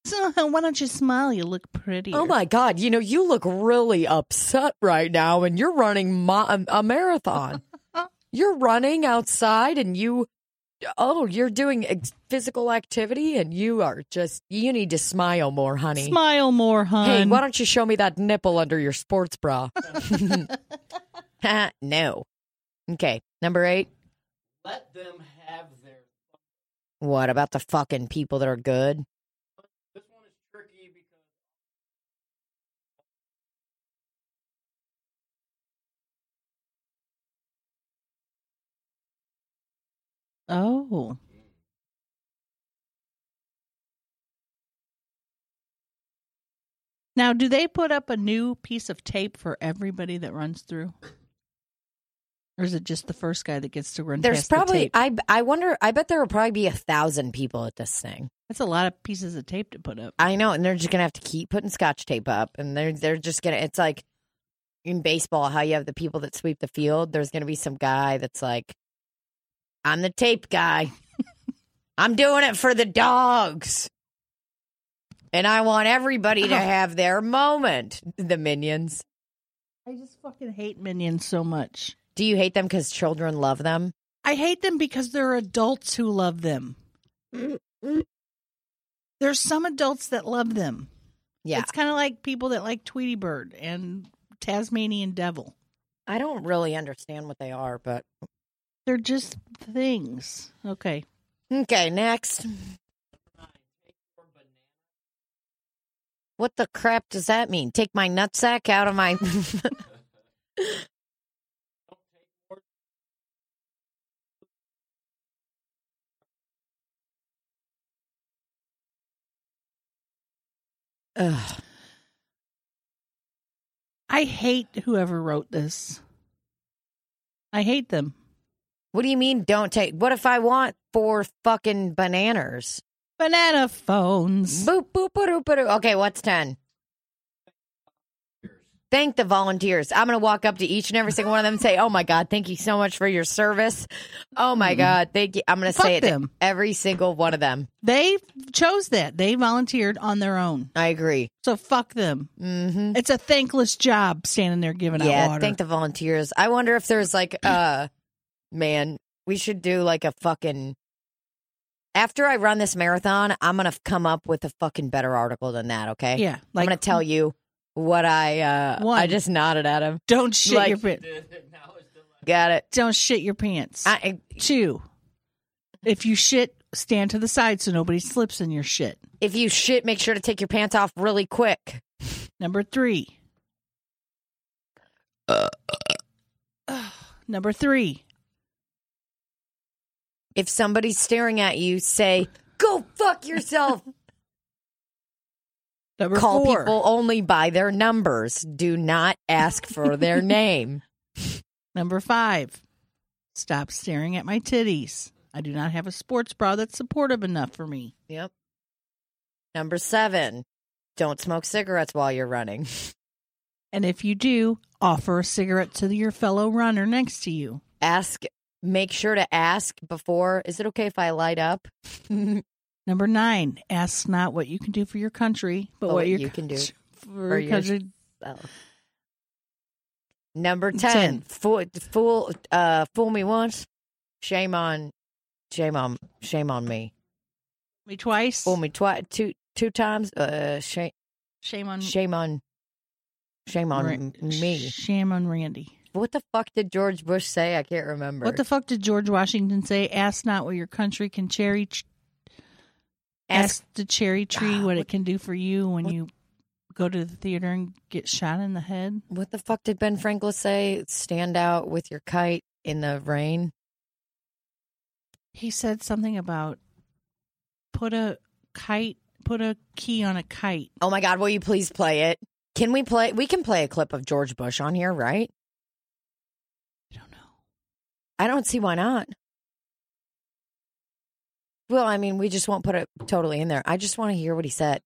So why don't you smile? You look pretty. Oh my God. You know, you look really upset right now and you're running ma- a- a marathon. you're running outside and you, oh, you're doing ex- physical activity and you are just, you need to smile more, honey. Smile more, hun. Hey, why don't you show me that nipple under your sports bra? no. Okay. Number eight. Let them have their. What about the fucking people that are good? This one is tricky because Oh. Now, do they put up a new piece of tape for everybody that runs through? Or is it just the first guy that gets to run There's past the probably, tape? I, I wonder, I bet there will probably be a thousand people at this thing. That's a lot of pieces of tape to put up. I know, and they're just gonna have to keep putting scotch tape up, and they're they're just gonna. It's like in baseball, how you have the people that sweep the field. There's gonna be some guy that's like, "I'm the tape guy. I'm doing it for the dogs, and I want everybody to have their moment." The minions. I just fucking hate minions so much. Do you hate them because children love them? I hate them because they're adults who love them. There's some adults that love them. Yeah, It's kind of like people that like Tweety Bird and Tasmanian Devil. I don't really understand what they are, but They're just things. Okay. okay. Next, what the crap does that mean? Take my nutsack out of my. Ugh. I hate whoever wrote this. I hate them. What do you mean? Don't take. What if I want four fucking bananas? Banana phones. Boop boop boop boop. Okay, what's ten? Thank the volunteers. I'm going to walk up to each and every single one of them and say, "Oh my god, thank you so much for your service. Oh my god, thank you." I'm going to say it Mm-hmm. Fuck to them. every single one of them. They chose that. They volunteered on their own. I agree. So fuck them. Mm-hmm. It's a thankless job standing there giving yeah, out water. thank the volunteers. I wonder if there's like uh man, we should do like a fucking after I run this marathon, I'm gonna come up with a fucking better article than that, okay? yeah. I'm Like gonna tell you what I uh One. I just nodded at him. don't shit like- your pants. Got it. Don't shit your pants. I, Two. If you shit, stand to the side so nobody slips in your shit. if you shit, make sure to take your pants off really quick. Number three. Uh. Number three. If somebody's staring at you, say, "Go fuck yourself." Number Call four. people only by their numbers. Do not ask for their name. Number five, stop staring at my titties. I do not have a sports bra that's supportive enough for me. Yep. Number seven, don't smoke cigarettes while you're running. And if you do, offer a cigarette to your fellow runner next to you. Ask, make sure to ask before. Is it okay if I light up? For Number nine, ask not what you can do for your country, but, what, your you can do country- for for your your- country. Number Ten. ten, fool, fool, uh, fool me once, shame on, shame on, shame on me. Me twice. Fool me twice, two, two times, uh, shame, Shame on shame on, shame on Ra- m- me. Shame on Randy. What the fuck did George Bush say? I can't remember. What the fuck did George Washington say? Ask not what your country can cherry. Ch- ask? ask the cherry tree what What- it can do for you when what- you go to the theater and get shot in the head. What the fuck did Ben Franklin say? Stand out with your kite in the rain. He said something about put a kite, put a key on a kite. Oh my God, will you please play it? Can we play? We can play a clip of George Bush on here, right? I don't know. I don't see why not. Well, I mean, we just won't put it totally in there. I just want to hear what he said.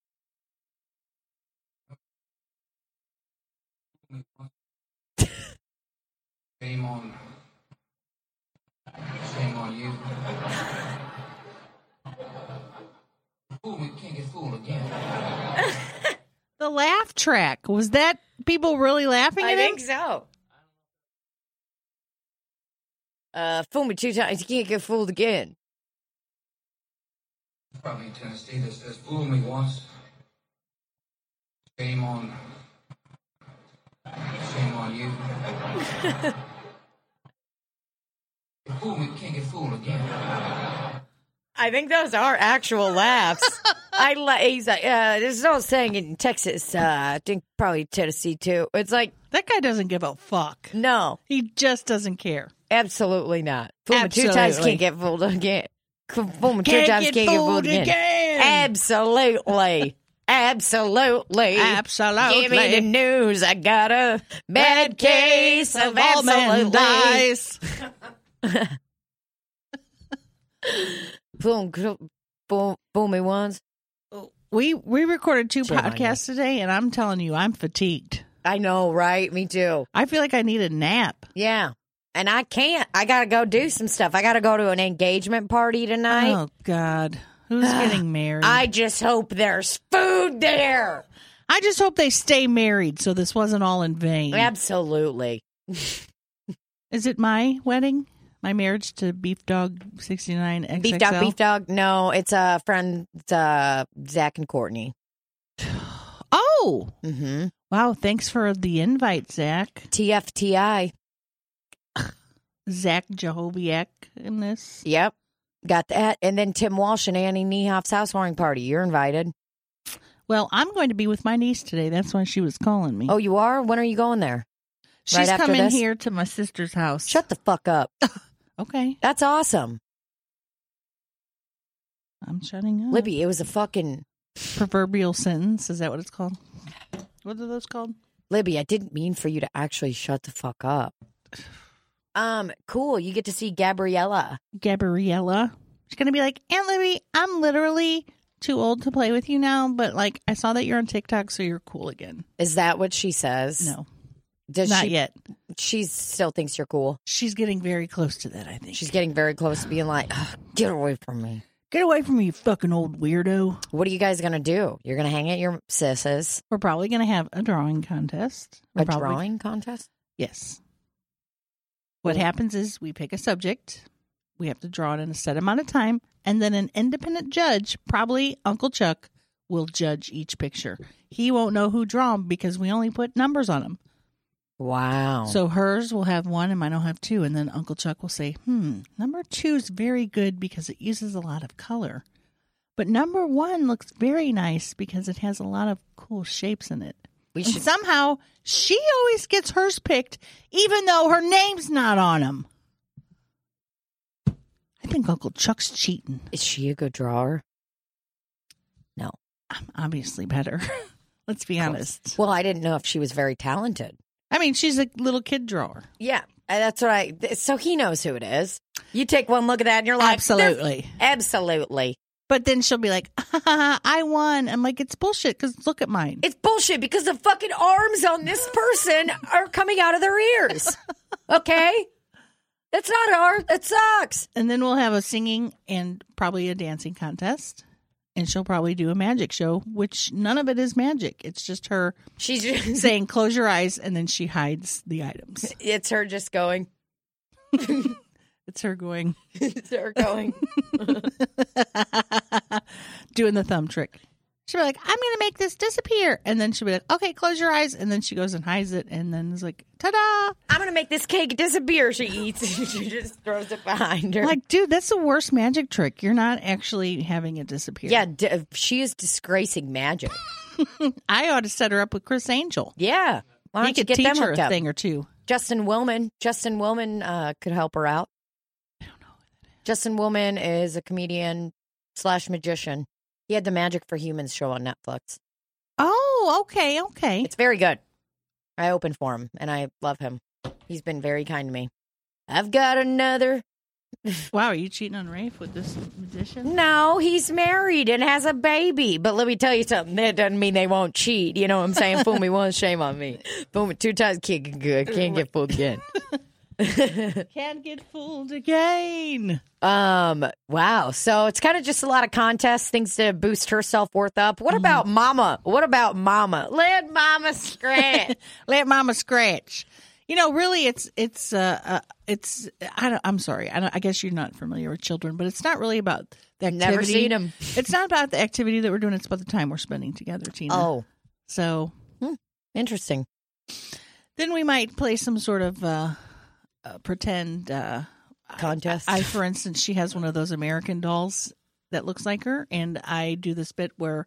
Shame on. Shame on you. The laugh track was that people really laughing at I think him? so. Uh, fool me two times, you can't get fooled again. Probably in Tennessee that says, fool me once. Shame on. Shame on you. fool me, can't get fooled again. I think those are actual laughs. I la- he's like, uh, there's no saying in Texas. Uh, I think probably Tennessee too. It's like, That guy doesn't give a fuck. no, He just doesn't care. absolutely not. Fool me two times, Absolutely. can't get fooled again. Fool me two Can't times, get can't get fooled fooled again. again. Absolutely. Absolutely. Absolutely. Give me the news. I got a bad case of Almond absolutely. dice. Boom, boom, boom me once. We we recorded two Shame on you. podcasts today, and I'm telling you, I'm fatigued. I know, right? Me too. I feel like I need a nap. Yeah. And I can't. I got to go do some stuff. I got to go to an engagement party tonight. oh God, who's getting married? Ah, I just hope there's food there. I just hope they stay married, so this wasn't all in vain. Absolutely. Is it my wedding? My marriage to Beef Dog 69 XXL? Beef dog, beef dog. No, it's a uh, friend, it's, uh, Zach and Courtney. Oh, Mm-hmm. wow. Thanks for the invite, Zach. TFTI. Zach Jehoviak in this. Yep. Got that. And then Tim Walsh and Annie Niehoff's housewarming party. You're invited. Well, I'm going to be with my niece today. That's why she was calling me. Oh, you are? When are you going there? she's right after coming this? here to my sister's house. Shut the fuck up. okay, That's awesome. I'm shutting up. Libby, it was a fucking. proverbial sentence. Is that what it's called? What are those called? Libby, I didn't mean for you to actually shut the fuck up. Um, cool. You get to see Gabriella. Gabriella. She's gonna be like, Aunt Libby, I'm literally too old to play with you now, but like I saw that you're on TikTok, so you're cool again. Is that what she says? No, Does not she, yet. She still thinks you're cool. She's getting very close to that. I think She's getting very close to being like, "Ugh, get away from me. get away from me, you fucking old weirdo. What are you guys going to do? You're going to hang at your sis's? We're probably gonna have a drawing contest. We're A probably- drawing contest? Yes. What happens is we pick a subject, we have to draw it in a set amount of time, and then an independent judge, probably Uncle Chuck, will judge each picture. He won't know who draw 'em because we only put numbers on them. Wow. So hers will have one and mine will have two. And then Uncle Chuck will say, hmm, number two is very good because it uses a lot of color. But number one looks very nice because it has a lot of cool shapes in it. we And should somehow she always gets hers picked, even though her name's not on them. I think Uncle Chuck's cheating. Is she a good drawer? No. I'm obviously better. Let's be honest. Well, I didn't know if she was very talented. I mean, she's a little kid drawer. Yeah, and that's what I. th- So he knows who it is. You take one look at that, and you're like, Absolutely. "This- absolutely." But then she'll be like, I won. I'm like, it's bullshit because look at mine. It's bullshit because the fucking arms on this person are coming out of their ears. Okay, that's not art. That sucks. And then we'll have a singing and probably a dancing contest. And she'll probably do a magic show, which none of it is magic. It's just her She's just, saying, close your eyes. And then she hides the items. it's her just going. It's her going. It's her going. doing the thumb trick. She'll be like, I'm going to make this disappear. And then she'll be like, okay, close your eyes. And then she goes and hides it and then is like, ta da. I'm gonna make this cake disappear. She eats. and she just throws it behind her. Like, dude, that's the worst magic trick. You're not actually having it disappear. yeah, d- she is disgracing magic. I ought to set her up with Chris Angel. Yeah. He Why don't you could get teach them her hooked a up? thing or two. Justin Willman. Justin Willman uh, could help her out. I don't know. Justin Willman is a comedian slash magician. He had the Magic for Humans show on Netflix. Oh, okay, okay. It's very good. I opened for him and I love him. He's been very kind to me. I've got another. wow, are you cheating on Rafe with this magician? No, he's married and has a baby. But let me tell you something. That doesn't mean they won't cheat. You know what I'm saying? Fool me once, shame on me. Fool me two times, can't get good, can't get fooled again. Can't get fooled again. Um, wow. So it's kind of just a lot of contests, things to boost her self worth up. What about mama? What about mama? Let mama scratch. Let mama scratch. You know, really, it's it's uh, uh it's I don't, I'm sorry, I don't. I guess you're not familiar with children, but it's not really about the activity. Never seen 'em. It's not about the activity that we're doing. It's about the time we're spending together, Tina. oh, so interesting. then we might play some sort of uh, uh pretend uh Contest. I, for instance, she has one of those American dolls that looks like her, and I do this bit where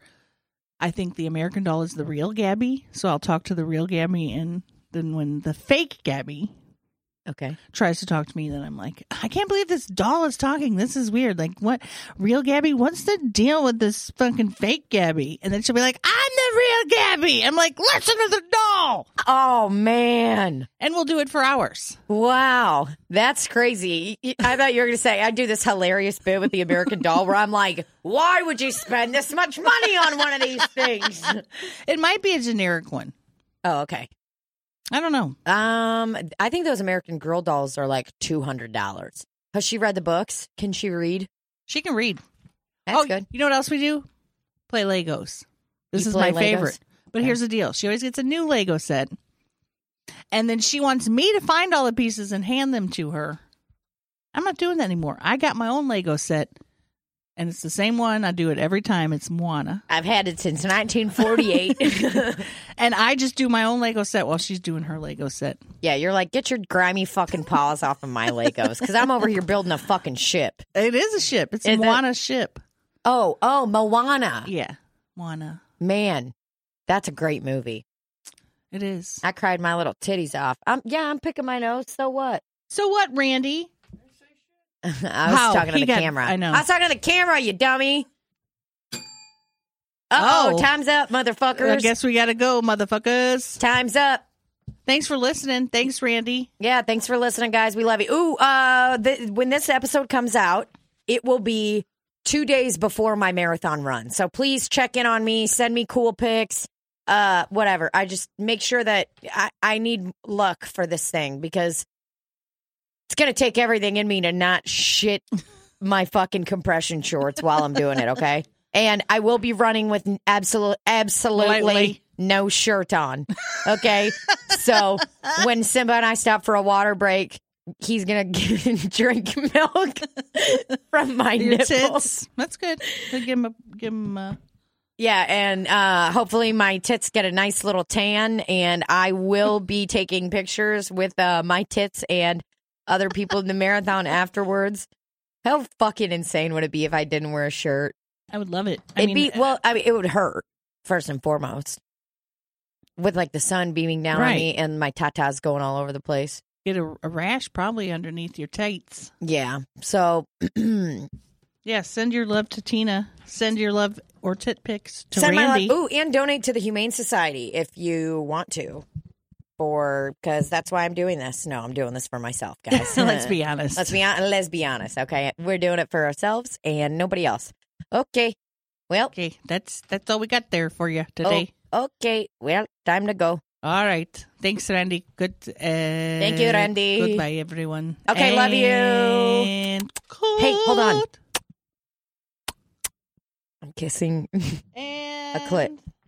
I think the American doll is the real Gabby, so I'll talk to the real Gabby, and then when the fake Gabby okay. tries to talk to me, then I'm like, I can't believe this doll is talking. This is weird. Like, what real Gabby? What's the deal with this fucking fake Gabby? And then she'll be like, I'm the real Gabby. I'm like, listen to the doll, Oh man. and we'll do it for hours. Wow, that's crazy. I thought you were going to say I do this hilarious bit with the American doll where I'm like, why would you spend this much money on one of these things? It might be a generic one. Oh, okay. I don't know. Um, I think those American Girl dolls are like two hundred dollars. Has she read the books? Can she read? She can read. That's oh, good. You know what else we do? Play Legos. This You is my play Legos? favorite. But Okay. here's the deal: she always gets a new Lego set, and then she wants me to find all the pieces and hand them to her. I'm not doing that anymore. I got my own Lego set, and it's the same one. I do it every time. It's Moana, I've had it since 1948. and I just do my own Lego set while she's doing her Lego set. yeah, you're like, get your grimy fucking paws off of my Legos because I'm over here building a fucking ship. It is a ship. It's Is it- Moana's ship. Oh, oh, Moana. Yeah, Moana. Man, that's a great movie. It is. I cried my little titties off. Um, yeah, I'm picking my nose. So what? So what, Randy? I was How? talking to He the got- camera. I know. I was talking to the camera, you dummy. Uh-oh, Oh. time's up, I motherfuckers. guess we gotta go, motherfuckers. time's up. Thanks for listening. Thanks, Randy. Yeah, thanks for listening, guys. We love you. Ooh, uh, th- when this episode comes out, it will be two days before my marathon run. So please check in on me, send me cool pics, uh, whatever. I just make sure that I, I need luck for this thing because it's going to take everything in me to not shit my fucking compression shorts while I'm doing it, okay? And I will be running with absolute, absolutely Lightly. no shirt on. Okay. so when Simba and I stop for a water break, he's going to drink milk from my Your nipples. tits. That's good. Then Give him a give him a. Yeah, and uh, hopefully my tits get a nice little tan, and I will be taking pictures with uh, my tits and other people in the marathon afterwards. How fucking insane would it be if I didn't wear a shirt? I would love it. I It'd mean, uh, be well, I mean, it would hurt first and foremost, with like the sun beaming down on Right. me and my tatas going all over the place. get a, a rash probably underneath your tights. Yeah, so send Yeah, send your love to Tina. Send your love or tit pics to my Randy. love. Ooh, and donate to the Humane Society if you want to. For because that's why I'm doing this. No, I'm doing this for myself, guys. Let's be honest. Let's be honest. Let's be honest. Okay, we're doing it for ourselves and nobody else. Okay. Well. okay. That's that's all we got there for you oh, today. okay. Well, time to go. All right. Thanks, Randy. Good. Uh, Thank you, Randy. Goodbye, everyone. Okay, love you. And Hey, hold on. cut. I'm kissing. And clit.